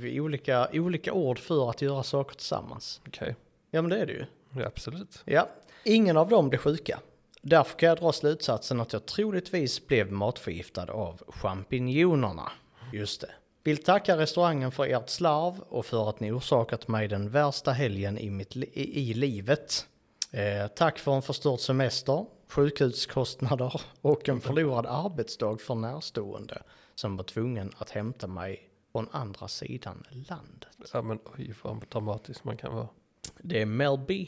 C: olika, olika ord för att göra saker tillsammans.
B: okej.
C: Ja, men det är det ju.
B: Ja, absolut.
C: Ja. Ingen av dem blev sjuka. Därför kan jag dra slutsatsen att jag troligtvis blev matförgiftad av champinjonerna. Just det. Vill tacka restaurangen för ert slarv och för att ni orsakat mig den värsta helgen i, mitt li- i i livet. Eh, tack för en förstörd semester, sjukhuskostnader och en förlorad arbetsdag för närstående som var tvungen att hämta mig från andra sidan landet.
B: Ja, men oj vad dramatisk man kan vara.
C: Det är Mel B.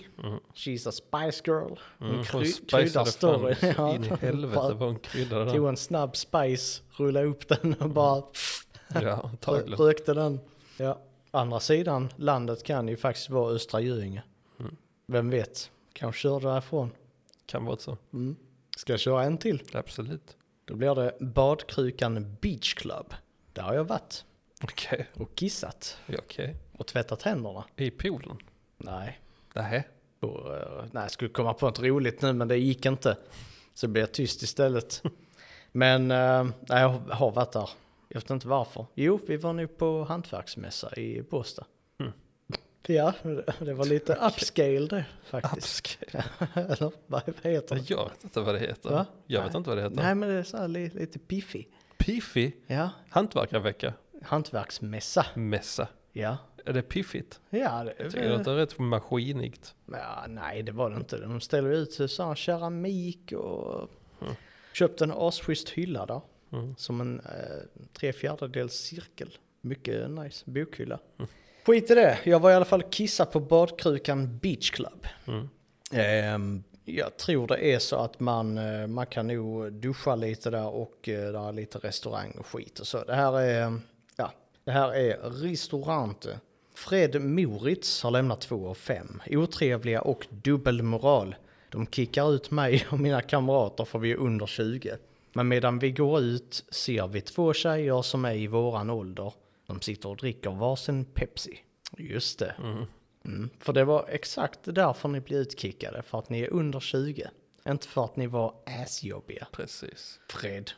C: She's a spice girl. Hon
B: Mm,
C: kry-
B: hon
C: kryddar
B: spajsade
C: storyn.
B: fan så
C: Ja.
B: in i helvete vad hon kryddade
C: Tog
B: den.
C: en snabb spice, rullade upp den och bara
B: Ja,
C: rö-
B: antagligen.
C: rökte den. Ja. Andra sidan landet kan ju faktiskt vara Östra Göinge.
B: Mm.
C: Vem vet, kanske kör därifrån.
B: Kan vara så.
C: Mm. Ska jag köra en till?
B: Absolut.
C: Då blir det Badkrukan Beach Club. Där har jag varit
B: Okej.
C: och kissat
B: Okej.
C: och tvättat händerna.
B: I poolen?
C: Nej,
B: Nähä.
C: och, eh, nej, jag skulle komma på något roligt nu men det gick inte. Så det blev jag tyst istället. Men eh, nej, jag har varit där. Jag vet inte varför. Jo, vi var nu på hantverksmässa i Båstad.
B: Mm.
C: Ja, det var lite upscale det faktiskt.
B: Upscale.
C: Eller vad vad heter det?
B: Jag vet inte vad det heter.
C: Va?
B: Jag vet
C: Nej.
B: inte vad det heter.
C: Nej, men det är så här li- lite piffig.
B: Piffig
C: Ja,
B: hantverkarvecka.
C: hantverksmässa.
B: Mässa.
C: Ja,
B: Är det piffigt?
C: ja det,
B: Jag tycker det låter rätt maskinigt.
C: Ja, nej, det var det inte. De ställer ut sån keramik och köpte en asschysst hylla där.
B: Mm.
C: Som en eh, tre fjärdedels cirkel. Mycket nice. Bokhylla. Skit i det. Jag var i alla fall kissa på badkrukan Beach Club.
B: Mm.
C: Ehm, jag tror det är så att man, eh, man kan nog duscha lite där och eh, där är lite restaurang och skit och så. Det här är, ja, det här är restaurante. Fred Moritz har lämnat två av fem. Otrevliga och dubbelmoral. De kickar ut mig och mina kamrater för vi är under 20. Men medan vi går ut ser vi två tjejer som är i våran ålder. De sitter och dricker varsin Pepsi. Just det. Mm, för det var exakt därför ni blev utkickade, för att ni är under 20. Inte för att ni var asjobbiga.
B: Precis.
C: Fred.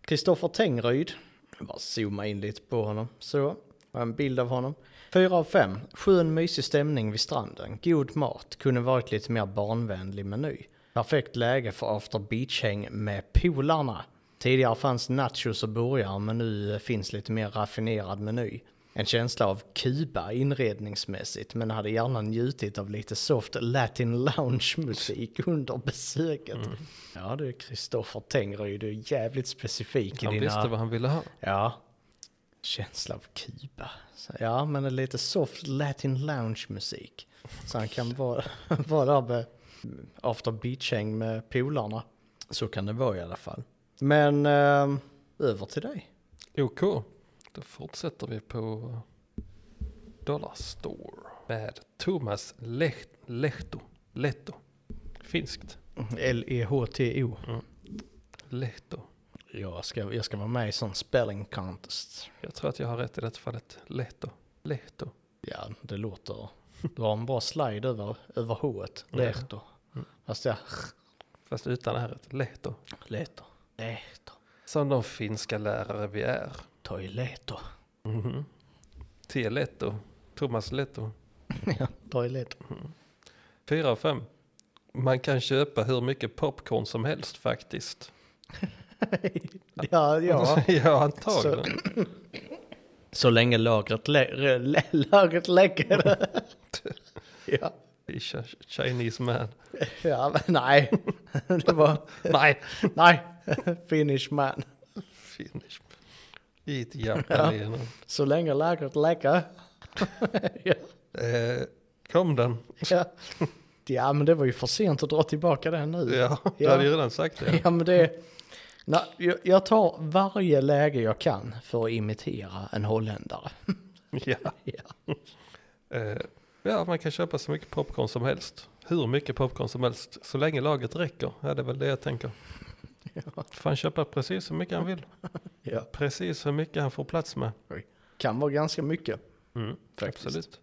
C: Kristoffer Tengryd. Jag bara zooma in lite på honom. Så. Har en bild av honom. Fyra av fem. Skön mysig stämning vid stranden. God mat. Kunde varit lite mer barnvänlig meny. Perfekt läge för after beach-häng med polarna. Tidigare fanns nachos och burgare men nu eh, finns lite mer raffinerad meny. En känsla av Kuba inredningsmässigt men hade gärna njutit av lite soft latin lounge-musik under besöket. Ja du Kristoffer Tengryd, du är jävligt specifik
B: Han
C: i dina...
B: visste vad han ville ha.
C: Ja. Känsla av Kuba. Så, ja, men det är lite soft latin lounge musik. Så han kan vara, vara där med after beach-häng med polarna. Så kan det vara i alla fall. Men eh, över till dig.
B: OK. Då fortsätter vi på Dollar Store med Thomas Leht, Lehto. Lehto. Finskt.
C: E L-E-H-T-O.
B: Lehto.
C: Jag ska, jag ska vara med i sån spelling contest.
B: Jag tror att jag har rätt i detta fallet. Lehto. Lehto.
C: Ja, det låter... Du har en bra slide över, över H-et. Lehto. Fast jag...
B: Fast utan r Lehto.
C: Lehto. Lehto.
B: Som de finska lärare vi är.
C: Toileto.
B: Mhm. T. Lehto. Thomas Lehto.
C: ja, toileto.
B: Fyra av fem. Man kan köpa hur mycket popcorn som helst faktiskt.
C: ja, ja.
B: ja antagligen.
C: Så länge lagret, lä- re- lä- lagret läcker. ja.
B: Ch- Chinese man.
C: ja, men nej. Det var,
B: Nej.
C: nej, finish man.
B: Finish. Eat japaner.
C: Så länge lagret läcker. ja.
B: Eh, kom den?
C: Ja. ja, men det var ju för sent att dra tillbaka den nu.
B: Ja, du
C: Ja.
B: hade ju redan sagt det.
C: Ja, men det... Nej, jag, jag tar varje läge jag kan för att imitera en holländare.
B: Ja.
C: ja.
B: Eh, ja, man kan köpa så mycket popcorn som helst. Hur mycket popcorn som helst. Så länge laget räcker. Ja, det är väl det jag tänker.
C: Ja.
B: Får han köpa precis hur mycket han vill.
C: Ja.
B: Precis hur mycket han får plats med.
C: Kan vara ganska mycket.
B: Mm,
C: Faktiskt.
B: Absolut.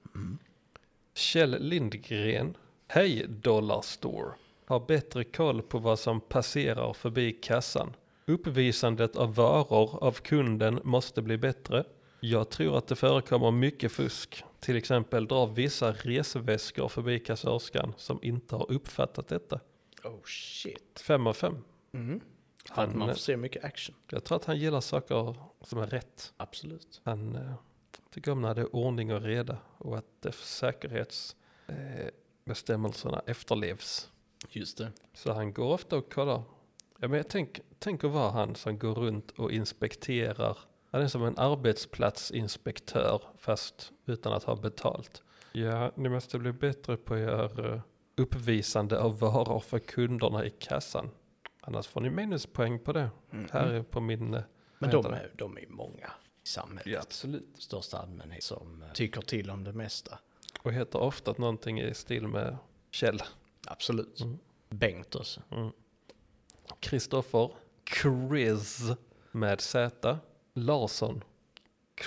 B: Kjell Lindgren. Hej Dollar Store. Har bättre koll på vad som passerar förbi kassan. Uppvisandet av varor av kunden måste bli bättre. Jag tror att det förekommer mycket fusk. Till exempel drar vissa resväskor förbi kassörskan som inte har uppfattat detta.
C: Oh shit.
B: Fem av fem.
C: Mm. För att man
B: Han,
C: får se mycket action.
B: jag tror att han gillar saker som är rätt.
C: Absolut.
B: Han eh, tycker om när det är ordning och reda och att eh, säkerhetsbestämmelserna efterlevs.
C: Just det.
B: Så han går ofta och kollar. Ja, men jag tänk, tänk att vara han som går runt och inspekterar. Han är som en arbetsplatsinspektör fast utan att ha betalt. Ja, ni måste bli bättre på er eh, uppvisande av varor för kunderna i kassan. Annars får ni minuspoäng på det. Här är på min... eh,
C: Mm. Men
B: vad
C: de
B: heter
C: är, de är många.
B: det?
C: i samhället.
B: Ja, absolut.
C: Största allmänhet som eh, tycker till om det mesta.
B: Och heter ofta att någonting är i stil med Kjell.
C: Absolut.
B: Mm.
C: Bengt också.
B: Kristoffer. Chris. Med Z. Larsson.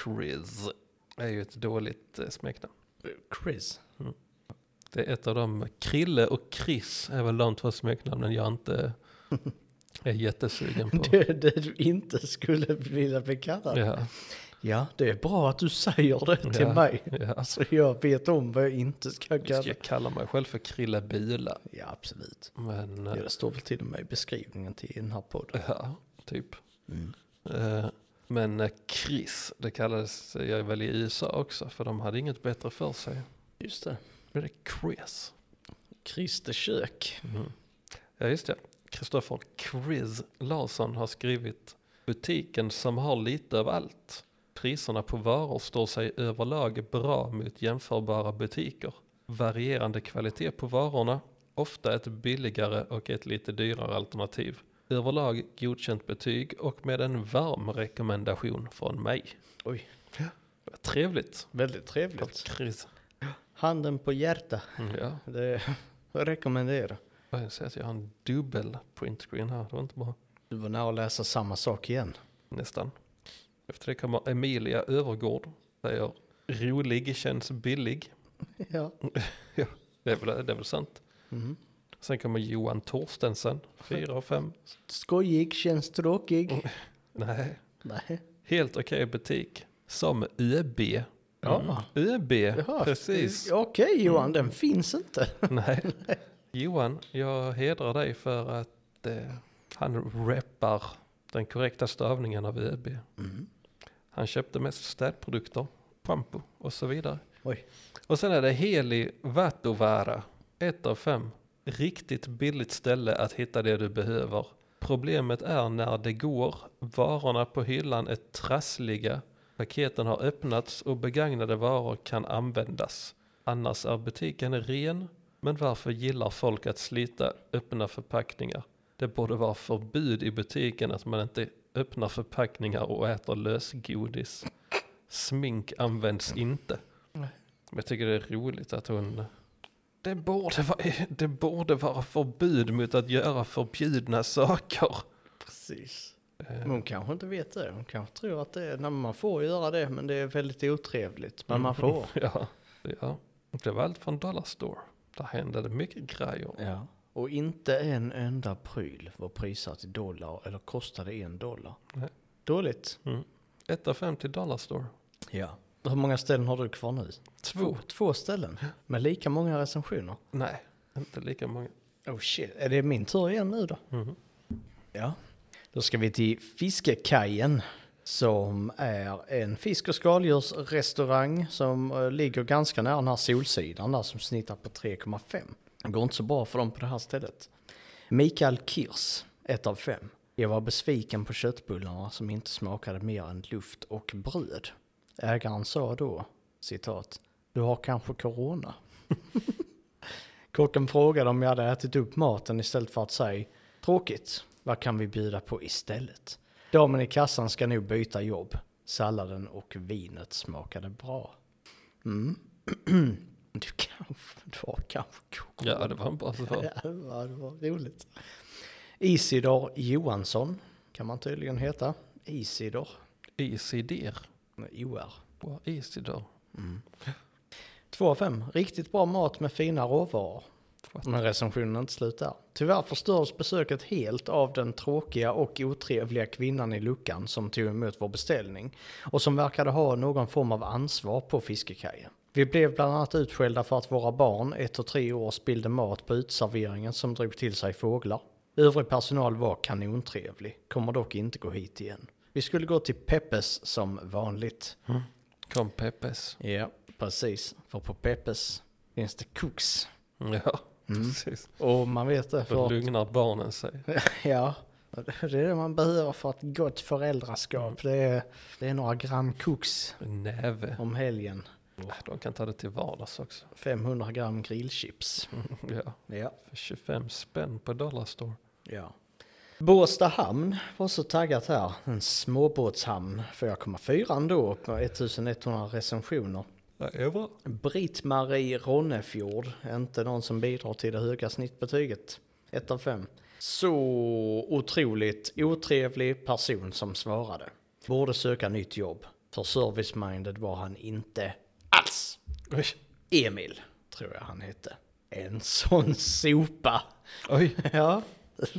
B: Chris. Är ju ett dåligt eh, smeknamn.
C: Chris.
B: Det är ett av dem. Krille och Chris är väl de två smeknamnen jag inte är jättesugen på.
C: Det, det du inte skulle vilja bli kallad.
B: Ja,
C: Ja, det är bra att du säger det till
B: Ja.
C: mig. Alltså,
B: ja.
C: Så jag vet om vad jag inte ska
B: Jag
C: kalla.
B: ska kalla mig själv för Krille Bila.
C: Ja, absolut.
B: Men
C: Ja,
B: eh,
C: det står väl till och med i beskrivningen till den här podden.
B: ja, typ.
C: Mm.
B: Eh, Men eh, Chris, det kallades jag väl i USA också. För de hade inget bättre för sig.
C: Just det.
B: Blev det Chris?
C: Christer Kök.
B: Ja, just det. Kristoffer Chris Larsson har skrivit butiken som har lite av allt. Priserna på varor står sig överlag bra mot jämförbara butiker. Varierande kvalitet på varorna, ofta ett billigare och ett lite dyrare alternativ. Överlag godkänt betyg och med en varm rekommendation från mig.
C: Oj,
B: Vad Trevligt.
C: väldigt
B: av
C: trevligt.
B: Chris.
C: Handen på hjärta.
B: Mm, Ja,
C: Det jag rekommenderar.
B: jag ser att jag har en dubbel printscreen här. Det var inte bra.
C: Du var nära att läsa samma sak igen.
B: nästan. Efter det kommer Emilia Övergård. Säger rolig känns billig.
C: Ja.
B: Det är väl, det är väl sant.
C: Mm.
B: Sen kommer Johan Torstensen. Fyra av fem.
C: Skojig känns tråkig.
B: Nej.
C: Nej.
B: Helt okej butik. Som ÖB.
C: Ja.
B: ÖB,
C: Jaha,
B: Mm. precis.
C: eh, Okej Johan, den finns inte.
B: Nej. Johan, jag hedrar dig för att eh, han reppar den korrekta stavningen av ÖB.
C: Mm.
B: Han köpte mest städprodukter, shampoo och så vidare.
C: Oj.
B: Och sen är det Heli Vatovara, ett av fem. Riktigt billigt ställe att hitta det du behöver. Problemet är när det går, varorna på hyllan är trassliga, paketen har öppnats och begagnade varor kan användas. Annars är butiken ren, men varför gillar folk att slita öppna förpackningar? Det borde vara förbud i butiken att man inte öppnar förpackningar och äter lösgodis. Smink används inte.
C: Nej.
B: Men jag tycker det är roligt att hon... Det borde, vara, det borde vara förbud mot att göra förbjudna saker.
C: Precis.
B: Eh,
C: Men hon kanske inte vet det. Hon kanske tror att det är, nej, man får göra det men det är väldigt otrevligt. Men man
B: Mm.
C: får.
B: Ja, ja. Det var allt från Dollar Store. Där hände det mycket grejer.
C: Ja. Och inte en enda pryl var prissatt i dollar eller kostade en dollar.
B: Nej.
C: Dåligt.
B: 1,50 till Dollar Store.
C: Ja. Hur många ställen har du kvar nu?
B: Två.
C: Två ställen med lika många recensioner.
B: Nej, inte lika många.
C: Oh shit, är det min tur igen nu då?
B: Mhm.
C: Ja. Då ska vi till Fiskekajen som är en fisk och skaldjursrestaurang som eh, ligger ganska nära den här Solsidan där som snittar på 3,5. Det går inte så bra för dem på det här stället. Mikael Kirs, ett av fem. Jag var besviken på köttbullarna som inte smakade mer än luft och bröd. Ägaren sa då, citat, du har kanske corona. Kocken frågade om jag hade ätit upp maten istället för att säga tråkigt, vad kan vi bjuda på istället? Damen i kassan ska nog byta jobb. Salladen och vinet smakade bra. Mm. Du kanske, du har kanske
B: Ja, det var en bra svar.
C: Ja, det var, det var roligt. Isidor Johansson kan man tydligen heta. Isidor.
B: Isider.
C: OR.
B: E Bra E Isider.
C: Två av fem. Riktigt bra mat med fina råvaror.
B: What?
C: Men recensionen är inte slut där. Tyvärr förstördes besöket helt av den tråkiga och otrevliga kvinnan i luckan som tog emot vår beställning och som verkade ha någon form av ansvar på fiskekajen. Vi blev bland annat utskällda för att våra barn, ett och tre år, spillde mat på utserveringen som drog till sig fåglar. Övrig personal var kanontrevlig, kommer dock inte gå hit igen. Vi skulle gå till Peppes som vanligt.
B: Kom Peppes.
C: Ja, precis. För på Peppes finns det koks.
B: Ja,
C: Mm.
B: precis.
C: Och man vet det
B: Då
C: för...
B: lugnar barnen sig.
C: ja, det är det man behöver för ett gott föräldraskap. Det, är, det är några gram koks
B: Näve. Äh,
C: om helgen.
B: De kan ta det till vardags också.
C: 500 gram grillchips.
B: Ja,
C: Ja.
B: för 25 spänn på Dollar Store.
C: ja. Båstad hamn var så taggat här. En småbåtshamn. 4,4 ändå på 1100 recensioner.
B: Ja, det är bra.
C: Britt-Marie Ronnefjord, inte någon som bidrar till det höga snittbetyget. 1 av 5. Så otroligt otrevlig person som svarade. Borde söka nytt jobb. För service-minded var han inte alls.
B: Oj,
C: Emil, tror jag han hette. En sån sopa.
B: oj.
C: Ja,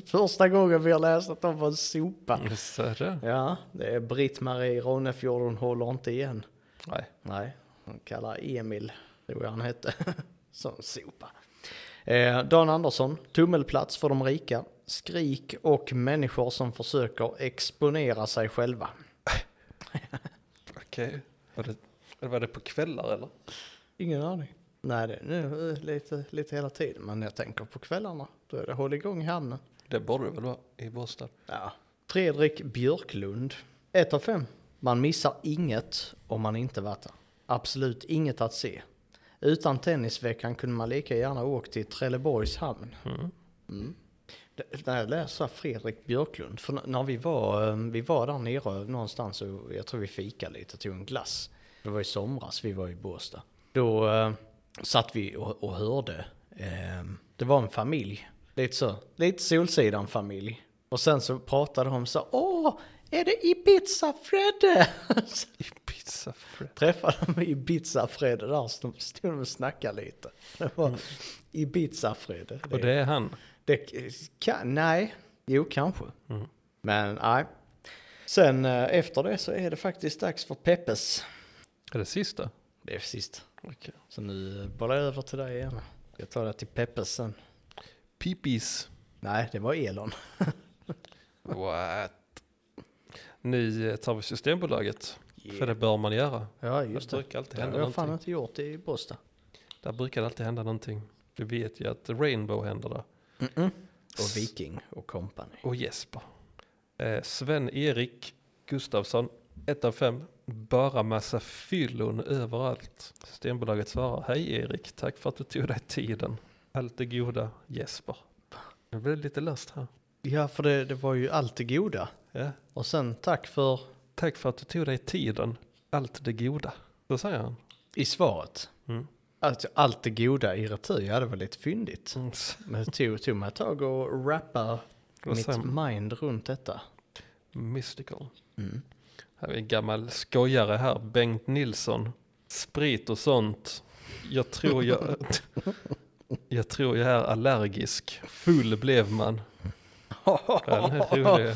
C: första gången vi har läst att de var en sopa.
B: Mm, Så är det.
C: Ja, det är Britt-Marie Ronnefjord, hon håller inte igen.
B: Nej.
C: Nej, hon kallar Emil, tror jag han hette, som sopa. Eh, Dan Andersson, tummelplats för de rika, skrik och människor som försöker exponera sig själva.
B: Okej. Var det, var det på kvällar eller?
C: Ingen aning. Nej, det är nu, eh, lite, lite hela tiden, men jag tänker på kvällarna, då är det håll igång i hamnen.
B: Det borde det väl vara i Båstad?
C: Ja. Fredrik Björklund, 1 av 5. Man missar inget om man inte varit där. Absolut inget att se. Utan tennisveckan kunde man lika gärna åkt till Trelleborgs hamn.
B: Mm.
C: Mm. Det- När jag läser Fredrik Björklund, för n- när vi var, eh, vi var där nere någonstans och jag tror vi fikade lite, tog en glass. Det var i somras, vi var i Båstad. Då eh, satt vi och, och hörde, eh, det var en familj, lite så, lite Solsidan-familj. Och sen så pratade de så, åh, är det Ibiza-Fredde? Så
B: I pizza Fred.
C: träffade de Ibiza-Fredde där, så de stod och snackade lite. Det var Ibiza-Fredde.
B: Och det är han.
C: Det kan, nej, jo kanske. Men nej. Sen eh, efter det så är det faktiskt dags för Peppes.
B: Är det sista?
C: Det är sist.
B: Okej.
C: Så nu eh, bollar jag över till dig igen. Jag tar det till Peppes sen.
B: Pipis.
C: Nej, det var Elon.
B: What? Nu eh, tar vi Systembolaget. För
C: Yeah.
B: det bör man göra.
C: Ja,
B: Det
C: just det.
B: brukar alltid
C: Det
B: hända
C: har jag fan
B: någonting.
C: inte gjort i Båstad.
B: Där brukar det alltid hända någonting. Du vet ju att Rainbow händer där.
C: Och Viking och company.
B: Och Jesper. Eh, Sven-Erik Gustafsson, 1 av 5. Bara massa fyllon överallt. Systembolaget svarar, hej Erik, tack för att du tog dig tiden. Allt det goda, Jesper. Nu blev det lite löst här.
C: Ja, för det, det var ju allt det goda.
B: Ja.
C: Och sen tack för
B: Tack för att du tog dig tiden, allt det goda. Så säger han.
C: i svaret.
B: Mm.
C: Alltså, allt det goda i retur, ja det var lite fyndigt. Men det tog, tog mig ett tag att rappa
B: Och
C: mitt
B: sen-
C: mind runt detta.
B: Mystical. Här är en gammal skojare här, Bengt Nilsson. Sprit och sånt. Jag tror jag... jag tror jag är allergisk. Full blev man. Den är rolig.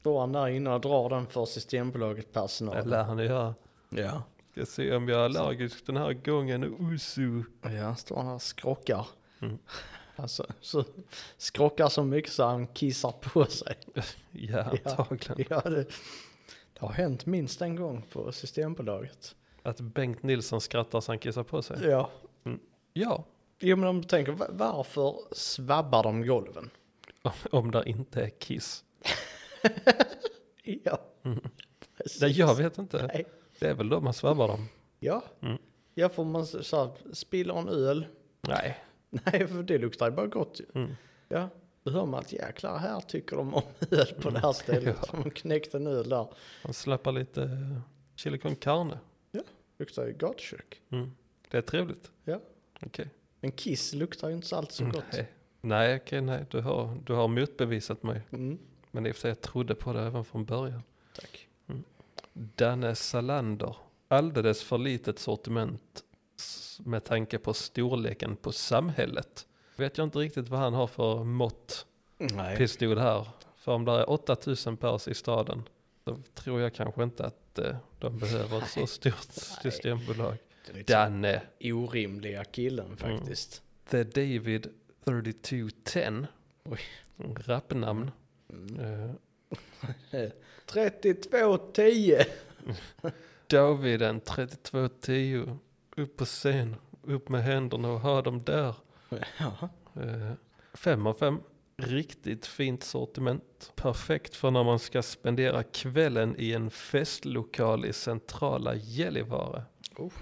C: Står han där inne och drar den för Systembolaget
B: Det
C: personal.
B: lär han ju göra.
C: Ja.
B: Ska se om jag är allergisk den här gången. Usu.
C: Ja, står han här och skrockar.
B: Mm.
C: Alltså, så skrockar så mycket så han kissar på sig.
B: Ja, antagligen.
C: Ja, det, det har hänt minst en gång på Systembolaget.
B: Att Bengt Nilsson skrattar så han kissar på sig.
C: Ja.
B: Ja,
C: Jo, men om du tänker, va- varför svabbar de golven?
B: om det inte är kiss.
C: Ja.
B: Nej, jag vet inte.
C: Nej.
B: Det är väl då man svabbar dem.
C: Ja.
B: Mm.
C: Ja, får man så här, spiller en öl.
B: Nej.
C: Nej, för det luktar ju bara gott ju.
B: Mm.
C: Ja, då hör man att jäklar, här tycker de om öl på det här stället.
B: Ja.
C: De knäckte en öl där.
B: Han släpper lite eh, chili con carne.
C: Luktar ju gott kök.
B: Mm. Det är trevligt.
C: Ja.
B: Okej.
C: Men kiss luktar ju inte alls så gott.
B: Mm. Nej, nej, okej, nej. Du, har, du har motbevisat mig.
C: Mm.
B: Men i och för sig, jag trodde på det även från början.
C: Tack.
B: Danne Salander. Alldeles för litet sortiment s- med tanke på storleken på samhället. Vet jag inte riktigt vad han har för mått
C: Nej.
B: pistol här. För om det är 8000 pers i staden så tror jag kanske inte att eh, de behöver ett så stort systembolag.
C: Det är lite
B: Danne.
C: orimliga killen faktiskt.
B: The David 3210.
C: Oj.
B: Rappnamn.
C: Mm.
B: Eh,
C: 3210!
B: David en 3210. Upp på scen. Upp med händerna och ha dem där.
C: Ja.
B: Eh, Fem av fem. Riktigt fint sortiment. Perfekt för när man ska spendera kvällen i en festlokal i centrala Gällivare.
C: Oh.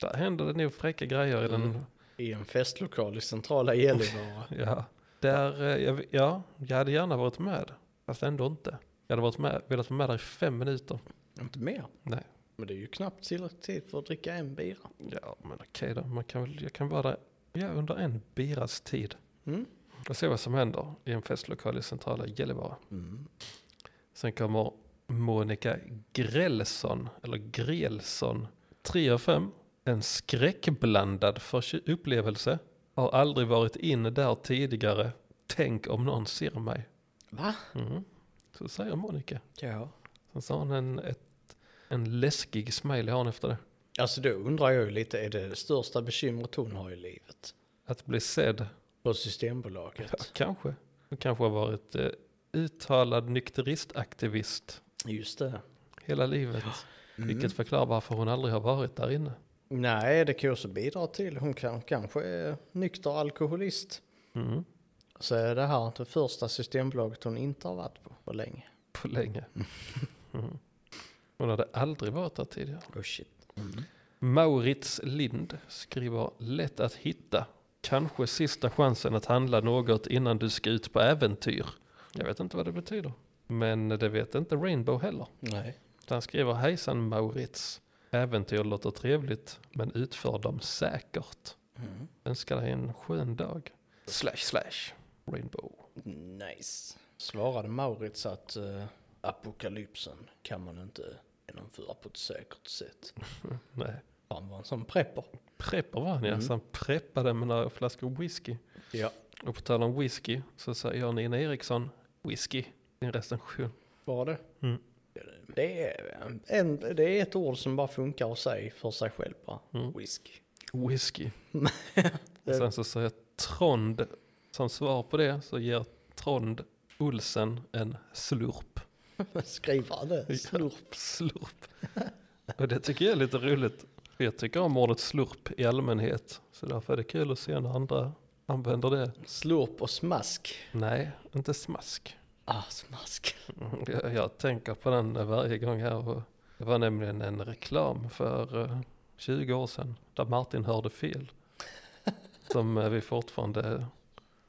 B: Där händer det nog fräcka grejer i den.
C: I en festlokal i centrala Gällivare.
B: Ja. Där, eh, jag, ja, jag hade gärna varit med. Fast ändå inte. Jag hade varit med, velat vara med där i fem minuter.
C: Inte mer.
B: Nej.
C: Men det är ju knappt tillräckligt tid för att dricka en bira.
B: Ja, men okej då. Man kan väl, jag kan vara där ja, under en biras tid.
C: Mm.
B: Och se vad som händer i en festlokal i centrala Gällivare.
C: Mm.
B: Sen kommer Monica Grälsson, eller Grälsson, 3 av 5. En skräckblandad för- upplevelse. Har aldrig varit inne där tidigare. Tänk om någon ser mig.
C: Va?
B: Mm. Så säger Monica.
C: Ja.
B: Sen sa hon en, ett, en läskig smiley har hon efter det.
C: Alltså då undrar jag ju lite, är det det största bekymret hon har i livet?
B: Att bli sedd,
C: På
B: ja,
C: Systembolaget.
B: kanske. Hon kanske har varit eh, uttalad nykteristaktivist
C: Just det.
B: hela livet.
C: Mm.
B: Vilket förklarar varför hon aldrig har varit där inne.
C: Nej, det kan ju också bidra till. Hon kan, kanske är nykter alkoholist.
B: Mm.
C: Så är det här det första Systembolaget hon inte har varit på på länge.
B: på länge. Mm. Hon hade aldrig varit där tidigare.
C: Oh shit.
B: Maurits Lind skriver lätt att hitta. Kanske sista chansen att handla något innan du ska ut på äventyr. Jag vet inte vad det betyder. Men det vet inte Rainbow heller.
C: Nej.
B: Så Han skriver hejsan Maurits. Äventyr låter trevligt men utför dem säkert.
C: Mm.
B: Önskar dig en skön dag. Slash slash Rainbow.
C: Nice. Svarade Maurits att eh, apokalypsen kan man inte genomföra på ett säkert sätt.
B: Nej.
C: Han var en sån prepper.
B: Prepper var han ja. Så han preppade med några flaskor whisky.
C: Ja.
B: Och på tal om whisky så säger jag Nina Eriksson whisky i en recension.
C: Var det?
B: Mm.
C: Det, är en, det är ett ord som bara funkar att säga för sig själv bara. Whisky.
B: Whisky. och sen så säger jag Trond. Som svar på det så ger Trond Olsen en slurp.
C: Skriva det. Slurp.
B: Slurp. Och det tycker jag är lite roligt. För Jag tycker om ordet slurp i allmänhet. Så därför är det kul att se när andra använder det.
C: Slurp och smask.
B: Nej, inte smask.
C: Ah, smask.
B: Mm, Jag, jag tänker på den varje gång här. Och det var nämligen en reklam för eh, 20 år sedan där Martin hörde fel. Som eh, vi fortfarande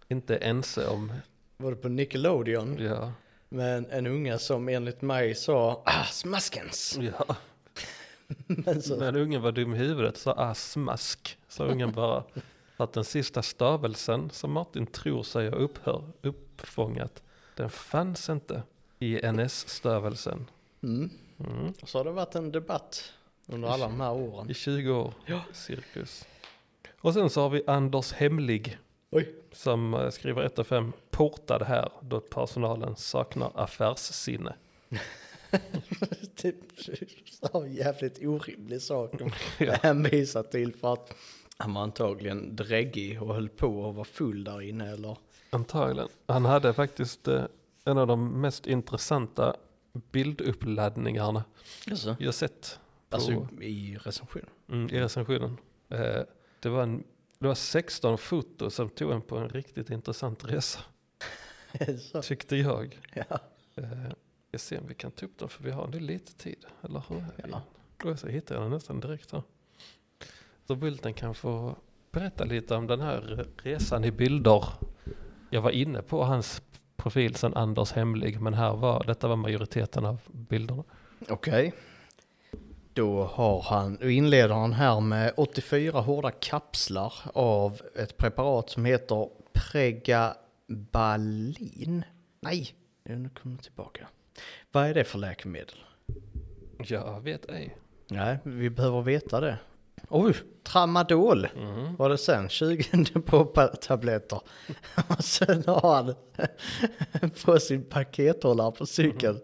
B: inte är ense om.
C: Var det på Nickelodeon?
B: Ja,
C: Men en unge som enligt mig sa ah, smaskens.
B: ja.
C: Men så,
B: Men ungen var dum i huvudet sa ah, smask. Så ungen bara att den sista stavelsen som Martin tror sig ha upphör, uppfångat den fanns inte i NS-stavelsen.
C: mm.
B: Mm.
C: så har det varit en debatt under alla de här åren.
B: I 20 år, cirkus. Och sen så har vi Anders Hemlig.
C: Oj.
B: som eh, skriver 1 av 5 portad här då personalen saknar affärssinne.
C: typ så jävligt orimlig sak de hänvisar till för att han var antagligen dräggig och höll på att vara full där inne eller?
B: Antagligen. Han hade faktiskt eh, en av de mest intressanta bilduppladdningarna
C: Alltså,
B: jag sett på,
C: alltså i recension.
B: mm, i recensionen. Eh, det, var en, det var 16 foto som tog en på en riktigt intressant resa,
C: så,
B: tyckte jag.
C: ja.
B: Eh, jag ser om vi kan ta upp den för vi har ändå lite tid. Eller hur? är vi?
C: Ja.
B: Och så hittar jag den nästan direkt här. Så Bulten kan få berätta lite om den här resan i bilder. Jag var inne på hans profil sen Anders Hemlig men här var, detta var majoriteten av bilderna.
C: Okej. Då har han, då inleder han här med 84 hårda kapslar av ett preparat som heter Pregabalin. Nej, nu kommer jag tillbaka. Vad är det för läkemedel?
B: Jag vet ej.
C: Nej, vi behöver veta det. Oj, tramadol var det sen. 20 propptabletter. Och sen har han på sin pakethållare på cykeln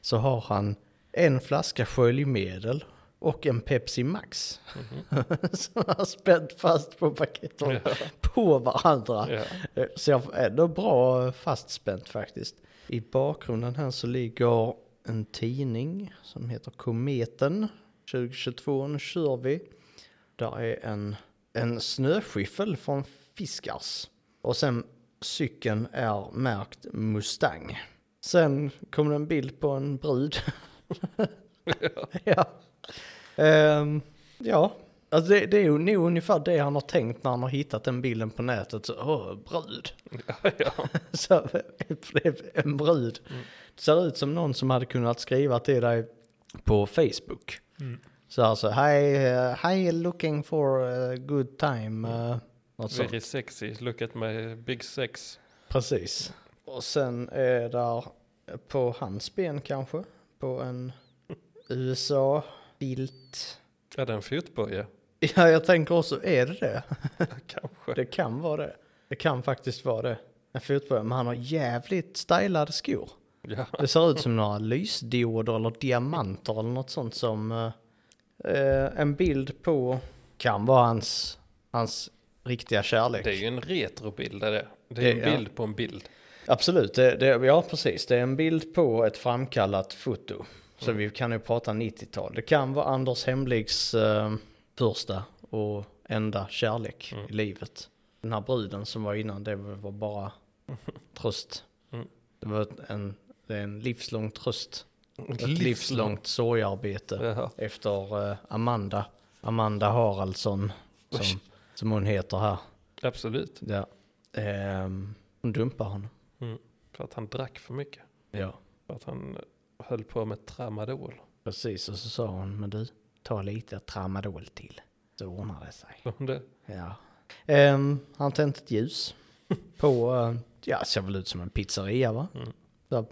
C: så har han en flaska sköljmedel och en Pepsi Max. som han har spänt fast på pakethållaren på varandra.
B: Ja.
C: Eh, Så jag är ändå bra eh, fastspänt faktiskt. I bakgrunden här så ligger en tidning som heter Kometen. 2022, nu kör vi. Där är en, en snöskyffel från Fiskars. Och sen cykeln är märkt Mustang. Sen kom det en bild på en brud. ja. Ehm, ja, Alltså det, det är ju nog ungefär det han har tänkt när han har hittat den bilden på nätet. Så, åh, brud. så, det är en brud. Det ser ut som någon som hade kunnat skriva till dig på Facebook.
B: Mm.
C: Så alltså, hi, eh, hi looking for a good time. eh, något sånt.
B: Very sexy, look at my big sex.
C: Precis. Och sen är där på hans ben kanske, på en USA-bilt.
B: Är det en fotboja?
C: Ja, jag tänker också, är det det?
B: Kanske.
C: Det kan vara det. Det kan faktiskt vara det. En fotboja, men han har jävligt stylade skor.
B: Ja.
C: Det ser ut som några lysdioder eller diamanter eller något sånt som eh, eh, en bild på kan vara hans, hans riktiga kärlek.
B: Det är ju en retrobild är det. Det
C: Det-
B: är
C: ja.
B: en bild på en bild.
C: Absolut, det, det, ja precis. Det är en bild på ett framkallat foto. Så
B: Mm.
C: vi kan ju prata 90-tal. Det kan vara Anders Hemligs eh, första och enda kärlek
B: Mm.
C: i livet. Den här bruden som var innan, det var bara tröst.
B: Mm.
C: Det var ett- en, det är en livslång tröst. Ett
B: Livslång.
C: livslångt sorgearbete
B: Jaha.
C: efter eh, Amanda. Amanda Haraldsson, som, som hon heter här.
B: Absolut.
C: Ja. Ehm, hon dumpar honom.
B: För att han drack för mycket.
C: Ja.
B: För att han höll på med tramadol.
C: Precis, och så sa hon, men du, ta lite tramadol till. Så ordnar det sig.
B: Som det-
C: Ja. Ehm, han tände ett ljus på, eh, ja, ser väl ut som en pizzeria va?
B: Mm.
C: Där,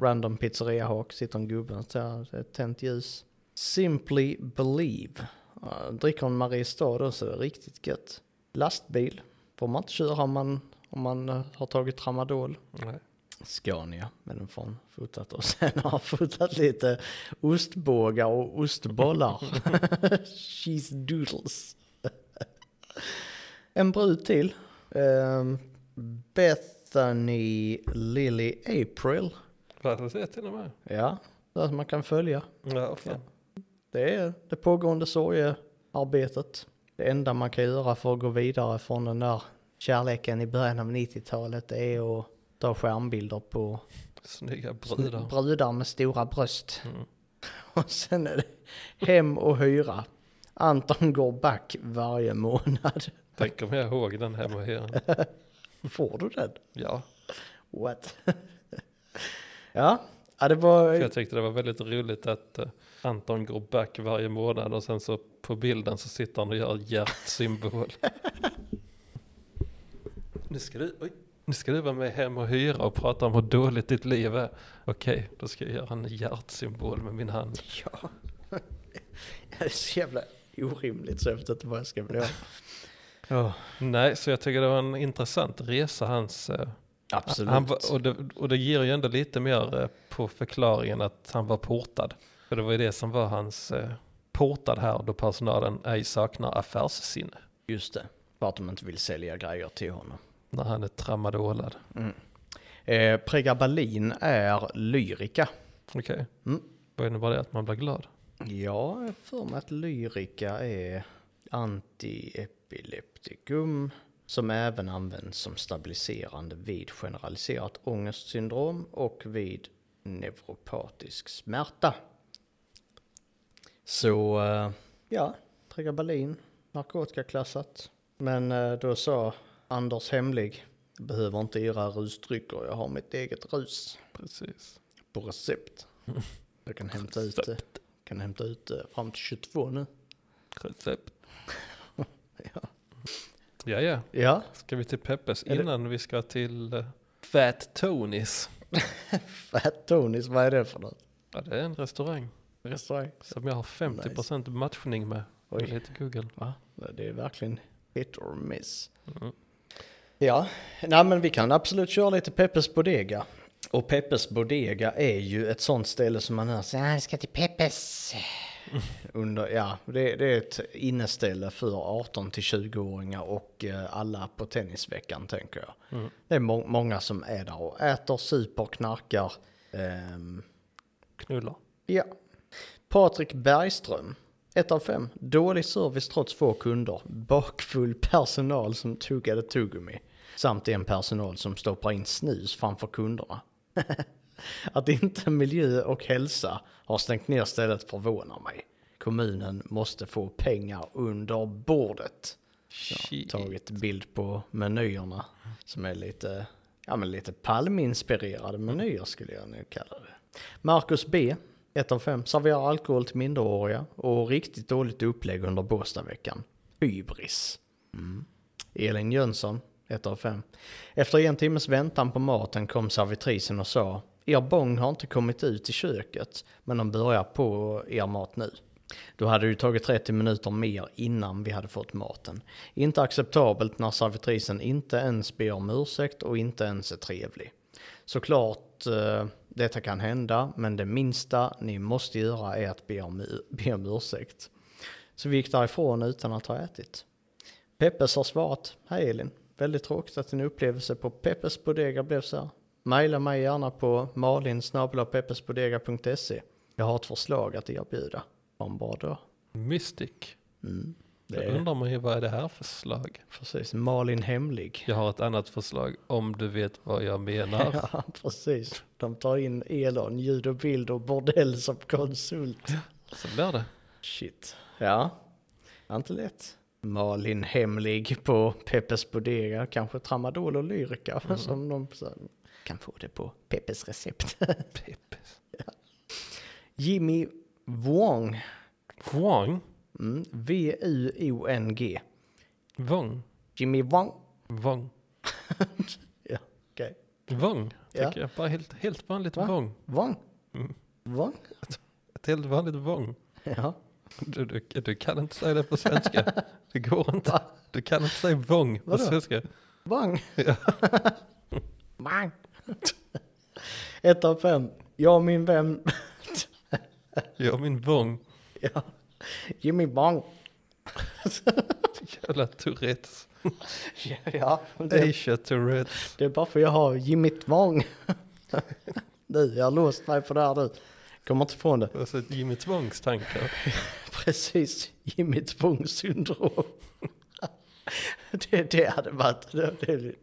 C: random pizzeriahak, sitter en gubbe och tar ett tänt ljus. Simply believe. Eh, dricker en Mariestad då så är det riktigt gött. Lastbil får man inte köra om man, om man eh, har tagit tramadol.
B: Nej.
C: Scania med den från fotat och sen har han fotat lite ostbågar och ostbollar. Cheese doodles. en brud till. Ehm, Bethany Lily April.
B: Vad säger till och med?
C: Ja, där man kan följa.
B: Ja, fan.
C: Det är det pågående sorgearbetet. Det enda man kan göra för att gå vidare från den där kärleken i början av 90-talet det är att ta skärmbilder på
B: Snygga brudar.
C: brudar med stora bröst.
B: Mm.
C: Och sen är det hem och hyra. Anton går back varje månad.
B: Tänk om jag ihåg den här med hyran.
C: Får du den?
B: Ja,
C: What? ja, ja det var...
B: för jag tyckte det var väldigt roligt att eh, Anton går back varje månad och sen så på bilden så sitter han och gör hjärtsymbol. nu, ska du, oj, nu ska du vara med hem och hyra och prata om hur dåligt ditt liv är. Okej, då ska jag göra en hjärtsymbol med min hand.
C: Ja. det är så jävla orimligt så jag vet inte vad jag ska bli av. Ja,
B: Nej, så jag tycker det var en intressant resa hans. eh,
C: absolut.
B: Han var, och, det, och det ger ju ändå lite mer eh, på förklaringen att han var portad. För det var ju det som var hans eh, portad här då personalen ej saknar affärssinne
C: Just det, för att de inte vill sälja grejer till honom.
B: när han är tramadolad.
C: Eh, Prega Berlin är lyrika.
B: Okej,
C: Mm.
B: vad innebär det att man blir glad?
C: Ja, jag har för mig att lyrika är antiepileptikum som även används som stabiliserande vid generaliserat ångestsyndrom och vid neuropatisk smärta. Så, eh, ja, Pregabalin, narkotikaklassat. Men eh, då sa Anders Hemlig, jag behöver inte era rusdrycker, jag har mitt eget rus
B: Precis.
C: på recept. Jag kan hämta ut det. Kan hämta ut det fram till 22 nu.
B: Recept.
C: Ja.
B: Ja, ja.
C: Ja.
B: Ska vi till Peppes
C: Är det-
B: innan vi ska till eh, Fat Tonys?
C: Fat Tonys, vad är det för något?
B: Ja, det är en restaurang
C: Restaurang?
B: som jag har 50% matchning med.
C: Oj.
B: Med lite Google.
C: Va? Det är verkligen hit or miss.
B: Mm.
C: Ja, nej men vi kan absolut köra lite Peppes Bodega. Och Peppes Bodega är ju ett sånt ställe som man hör så här, ska till Peppes. Under, ja, det, det är ett inneställe för 18-20-åringar och eh, alla på tennisveckan tänker jag. Det är må- många som är där och äter, super, knarkar. ehm,
B: Knullar.
C: Ja. Patrik Bergström. Ett av fem. Dålig service trots få kunder. Bakfull personal som tuggade tuggummi. Samt en personal som stoppar in snus framför kunderna. Att inte miljö och hälsa har stängt ner stället förvånar mig. kommunen måste få pengar under bordet.
B: Shit.
C: Tagit bild på menyerna som är lite, ja men lite palminspirerade menyer skulle jag nu kalla det. Marcus B, 1 av 5, serverar alkohol till minderåriga och riktigt dåligt upplägg under Båstadveckan. Hybris. Mm. Elin Jönsson, 1 av 5. Efter en timmes väntan på maten kom servitrisen och sa Er bong har inte kommit ut i köket, men de börjar på er mat nu. Då hade det ju tagit 30 minuter mer innan vi hade fått maten. Inte acceptabelt när servitrisen inte ens ber om ursäkt och inte ens är trevlig. Såklart, eh, detta kan hända, men det minsta ni måste göra är att be om, be om ursäkt. Så vi gick därifrån utan att ha ätit. Peppes har svarat. Hej Elin. Väldigt tråkigt att din upplevelse på Peppes Bodega blev så här. Maila mig gärna på malinsnabelapeppesbodega.se. Jag har ett förslag att erbjuda. Ha en bra dag.
B: Mystic.
C: Mm. Det
B: Jag
C: är
B: undrar man ju vad är det här för slag?
C: precis. Malin Hemlig.
B: Jag har ett annat förslag om du vet vad jag menar.
C: Ja, precis. De tar in Elon, ljud och bild och bordell som konsult.
B: Så blir det.
C: Shit. Ja. Det är Inte lätt. Malin Hemlig på Peppes Bodega. Kanske tramadol och lyrica
B: Mm.
C: som de sen kan få det på Peppes recept.
B: Peppes.
C: Jimmy Wong.
B: Wong.
C: Mm. V-U-O-N-G.
B: Vong.
C: Jimmy Wong.
B: Vong.
C: Ja, okej.
B: Vong.
C: Ja.
B: Tycker jag. Bara helt, helt vanligt
C: Va?
B: vong.
C: Wong.
B: Mm.
C: Wong.
B: Ett helt vanligt vong.
C: Ja.
B: Du, du, du kan inte säga det på svenska. Det går inte. Du kan inte säga vong på
C: Vadå?
B: svenska.
C: Wong.
B: Ja.
C: Wong. Ett av fem. Jag och min vän
B: Jag och min vong.
C: ja. Jimmy Wong.
B: Jävla Tourettes.
C: Ja, det
B: Asia Tourettes.
C: Det är bara för jag har Jimmy Tvång. nu, jag har låst mig på det här nu. Kommer inte ifrån det.
B: Alltså Jimmy Tvångs tankar.
C: Precis, Jimmy Tvång-syndrom. det, det hade varit det, det, är lite-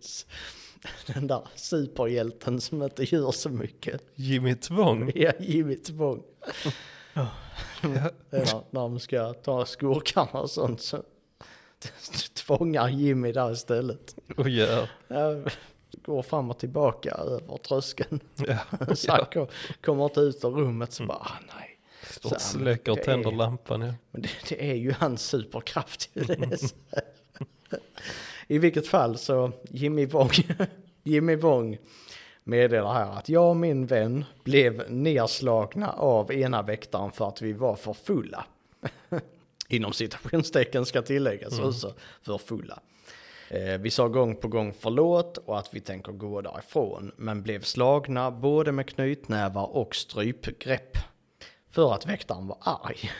C: den där superhjälten som inte gör så mycket.
B: Jimmy Tvång.
C: Ja, Jimmy Tvång.
B: Ja.
C: Det är när, när de ska ta skurkarna och sånt så tvångar Jimmy där istället.
B: Och gör.
C: Ja, Går fram och tillbaka över tröskeln.
B: Ja.
C: Så han
B: ja.
C: kom, kommer inte ut ur rummet så bara, ah, nej.
B: Står
C: Så,
B: och släcker och
C: det
B: tänder
C: är-
B: lampan. Ja.
C: Men det, det är ju hans superkraft. ju, det är så. I vilket fall så, Jimmy Wong, Jimmy Wong meddelar här att jag och min vän blev nedslagna av ena väktaren för att vi var för fulla. Inom citationstecken ska tilläggas också, för fulla. Eh, Vi sa gång på gång förlåt och att vi tänker gå därifrån, men blev slagna både med knytnävar och strypgrepp. För att väktaren var arg.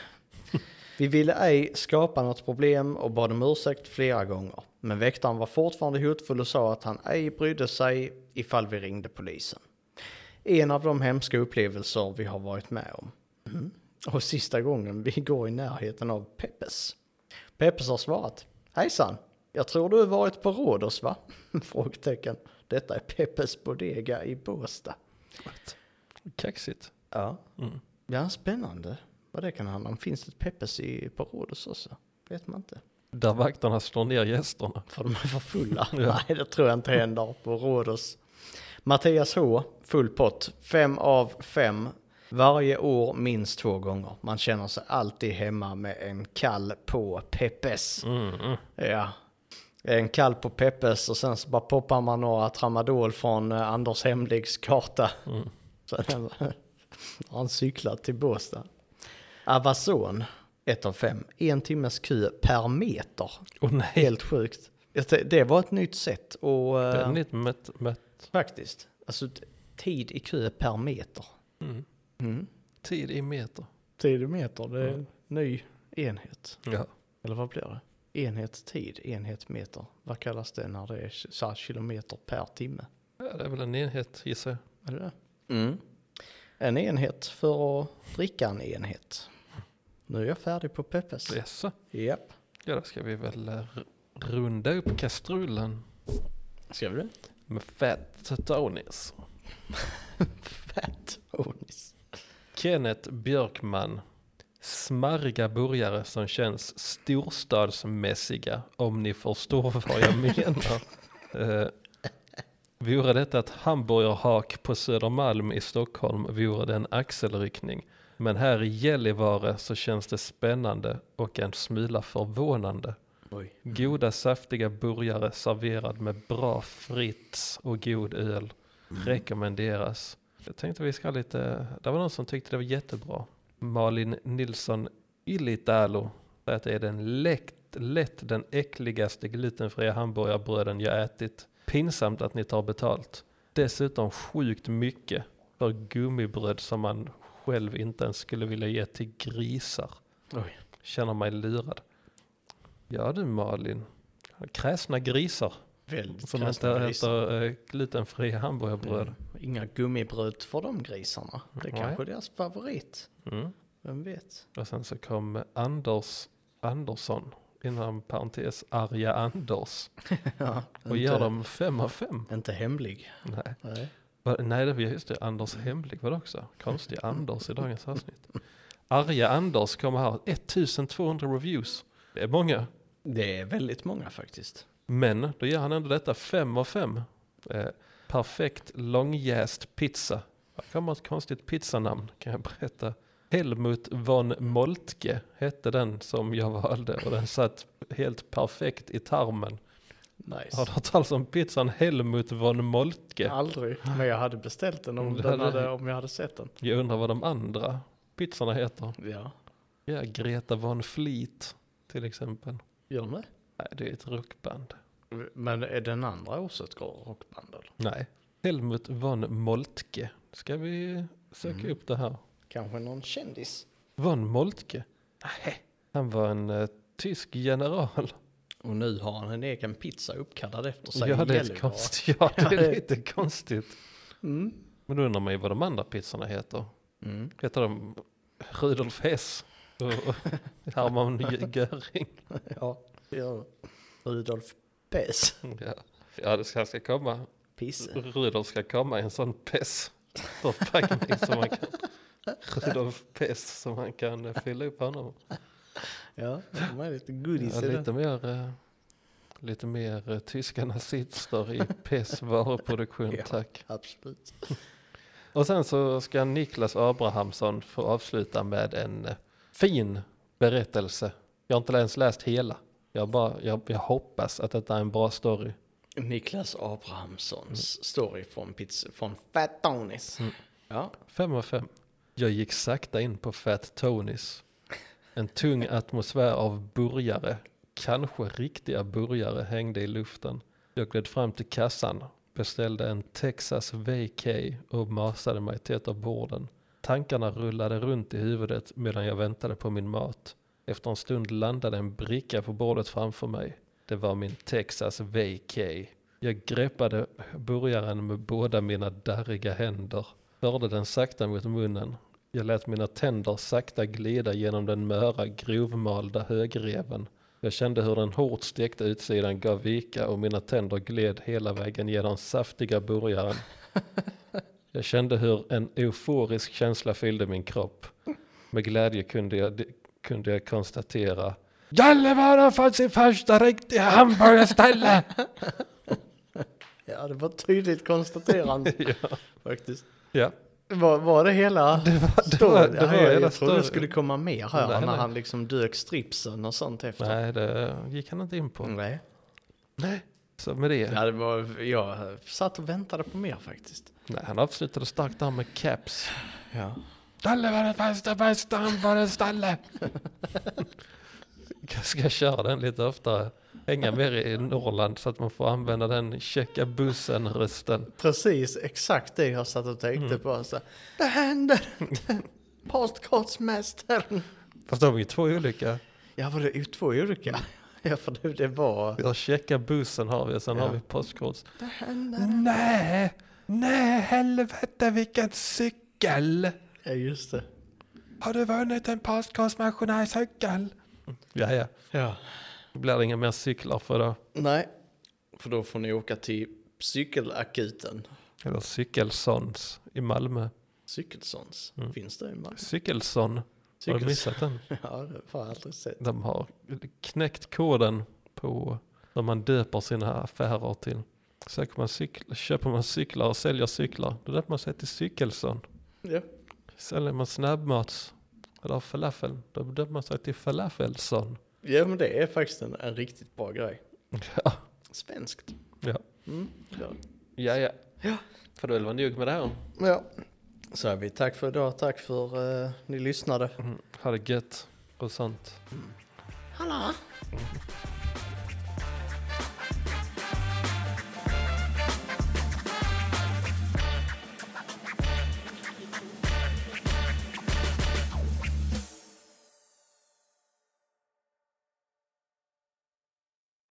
C: Vi ville ej skapa något problem och bad om ursäkt flera gånger. Men väktaren var fortfarande hotfull och sa att han ej brydde sig ifall vi ringde polisen. En av de hemska upplevelser vi har varit med om. Mm. Och sista gången vi går i närheten av Peppes. Peppes har svarat. Hejsan, jag tror du har varit på Rhodos va? Frågetecken. Detta är Peppes Bodega i Båstad.
B: Kaxigt.
C: Ja.
B: Mm.
C: Ja, spännande. Vad det kan handla om. Finns det ett Peppes i, på Rhodos också? Vet man inte.
B: Där vakterna slår ner gästerna.
C: För de är för fulla. Nej, det tror jag inte händer på Rhodos. Mattias H, full pott. Fem av fem. Varje år minst två gånger. Man känner sig alltid hemma med en kall på Peppes.
B: Mm,
C: Ja. En kall på Peppes och sen så bara poppar man några tramadol från eh, Anders Hemligs karta.
B: mm.
C: Sen har han cyklat till Båstad. Avazon, ett av fem. En timmes kö per meter.
B: Och nej,
C: Helt sjukt. Jag tänkte, Det var ett nytt sätt och eh,
B: den är ett mätt, mätt.
C: faktiskt. Alltså t- tid i kö per meter.
B: Mm.
C: Mm.
B: Tid i meter.
C: Tid i meter, det är en ny enhet.
B: Ja.
C: Eller vad blir det? Enhet tid, enhet meter. Vad kallas det när det är ki- så här kilometer per timme?
B: ja, det är väl en enhet gissar jag.
C: Är det det? Mm. En enhet för att dricka en enhet. Nu är jag färdig på Peppes.
B: Jaså?
C: Japp.
B: Ja, då ska vi väl eh, r- runda upp kastrullen
C: Ska vi det?
B: med Fat Tonis.
C: Fat Onis.
B: Kenneth Björkman, smarriga burgare som känns storstadsmässiga, om ni förstår vad jag menar. Eh, vore detta ett hamburgerhak på Södermalm i Stockholm vore det en axelryckning. Men här i Gällivare så känns det spännande och en smula förvånande.
C: Oj.
B: Goda saftiga burgare serverad med bra frits och god öl rekommenderas. Jag tänkte vi ska lite, det var någon som tyckte det var jättebra. Malin Nilsson Ylitalo säger att det är den lätt, lätt den äckligaste glutenfria hamburgarbröden jag ätit. Pinsamt att ni tar betalt. Dessutom sjukt mycket för gummibröd som man själv inte ens skulle vilja ge till grisar.
C: Oj.
B: Känner mig lurad. Ja du Malin, kräsna grisar
C: Väldigt
B: som
C: kräsna
B: inte
C: grisar.
B: äter eh, glutenfria hamburgerbröd.
C: Mm. Inga gummibröd för de grisarna. Det är
B: Nej.
C: kanske är deras favorit.
B: Mm.
C: Vem vet?
B: Och sen så kom Anders Andersson, inom parentes arga Anders,
C: ja,
B: och
C: inte,
B: ger dem fem av fem.
C: inte hemlig.
B: Nej,
C: Nej.
B: Va, nej det var just det, Anders Hemlig var det också. Konstig Anders i dagens avsnitt. Arga Anders kommer här, 1200 reviews. Det är många.
C: Det är väldigt många faktiskt.
B: Men då ger han ändå detta fem av fem. Eh, perfekt långjäst pizza. Här kommer ett konstigt pizzanamn kan jag berätta. Helmut von Moltke hette den som jag valde och den satt helt perfekt i tarmen.
C: Nice.
B: Har du hört talas om pizzan Helmut von Moltke?
C: Aldrig, men jag hade beställt den om,
B: Mm, det
C: den
B: hade-
C: hade, om jag hade sett den.
B: Jag undrar vad de andra pizzorna heter.
C: Ja,
B: Ja, Greta von Fleet till exempel.
C: gör den det?
B: Nej, det är ett rockband.
C: Men är den andra också ett rockband eller?
B: Nej. Helmut von Moltke. Ska vi söka
C: Mm.
B: upp det här?
C: Kanske någon kändis?
B: Von Moltke? Nej. Han var en eh, tysk general.
C: Och nu har han en egen pizza uppkallad efter sig
B: ja,
C: i
B: det är
C: Gällivare.
B: konstigt. ja, det är lite konstigt.
C: Mm.
B: Men då undrar man ju vad de andra pizzorna heter.
C: Mm.
B: Heter de Rudolf Hess och och Hermann Göring?
C: Ja, det gör det. Rudolf Pess.
B: Ja. ja, det ska, ska komma.
C: Pisse.
B: Rudolf ska komma i en sån pess förpackning som man kan. Rudolf Pess som man kan eh, fylla upp honom.
C: Ja, de har lite
B: Ja,
C: goodies i den.
B: lite mer, eh, lite mer eh, tyska nazister i PES varuproduktion,
C: Ja.
B: tack.
C: Absolut.
B: Och sen så ska Niklas Abrahamsson få avsluta med en eh, fin berättelse. Jag har inte ens läst hela. Jag, bara, jag, jag hoppas att detta är en bra story.
C: Niklas Abrahamssons story från, pizza, från Fat Donis.
B: Mm.
C: Ja,
B: Fem av fem. Jag gick sakta in på Fat Tonys. En tung atmosfär av burgare, kanske riktiga burgare, hängde i luften. Jag gled fram till kassan, beställde en Texas VK och masade mig till ett av borden. Tankarna rullade runt i huvudet medan jag väntade på min mat. Efter en stund landade en bricka på bordet framför mig. Det var min Texas VK. Jag greppade burgaren med båda mina darriga händer förde den sakta mot munnen. Jag lät mina tänder sakta glida genom den möra, grovmalda högreven. Jag kände hur den hårt stekta utsidan gav vika och mina tänder gled hela vägen genom saftiga burgaren. Jag kände hur en euforisk känsla fyllde min kropp. Med glädje kunde jag, kunde jag konstatera Gällivare har fått sin första riktiga hamburgerställe!
C: ja det var ett tydligt konstaterande
B: ja.
C: faktiskt.
B: ja,
C: Var, var det hela?
B: det var, det
C: Står
B: var,
C: det,
B: det var
C: jag,
B: hela
C: jag trodde det
B: storyn.
C: skulle komma mer här
B: Nej,
C: när
B: nej.
C: han liksom dök stripsen och sånt efter.
B: Nej, det gick han inte in på.
C: Nej.
B: Nej. Så med det.
C: Ja, det var, jag satt och väntade på mer faktiskt.
B: Nej, han avslutade starkt där med caps.
C: Ja.
B: Dalle var det bästa, bästa hamburgerställe. Jag ska köra den lite oftare. Hänga mer i Norrland så att man får använda den checka bussen-rösten.
C: Precis, exakt det jag satt och tänkte
B: Mm.
C: på. Så, här, det händer! inte. Postkodsmästaren!
B: Fast de är ju två olika.
C: Ja, var det ju två olika? Ja, för det, det var...
B: Vi har checka bussen har vi och sen
C: Ja.
B: har vi postkods.
C: Det händer!
B: Nej, nej helvete vilken cykel.
C: Ja, just det.
B: Har du vunnit en postkodsmaskinärcykel? Ja, ja.
C: Ja.
B: Då blir det inga mer cyklar för då.
C: Nej, för då får ni åka till cykelakuten.
B: Eller Cykelsons i Malmö.
C: Cykelsons, finns det i Malmö?
B: Cykelson. Mm. Har du missat den?
C: Ja, det har jag aldrig sett.
B: De har knäckt koden på vad man döper sina affärer till. Söker man cykl- köper man cyklar och säljer cyklar, då döper man sig till Cykelsson.
C: Ja.
B: Säljer man snabbmats eller falafel, då döper man sig till Falafelsson.
C: ja, men det är faktiskt en, en riktigt bra grej.
B: Ja,
C: Svenskt.
B: ja.
C: Mm. Ja.
B: Ja, ja. För då är det väl nog med det här.
C: ja. Så är vi. Tack för idag. Tack för eh, ni lyssnade.
B: Mm. Ha det gött och sånt.
C: Hallå!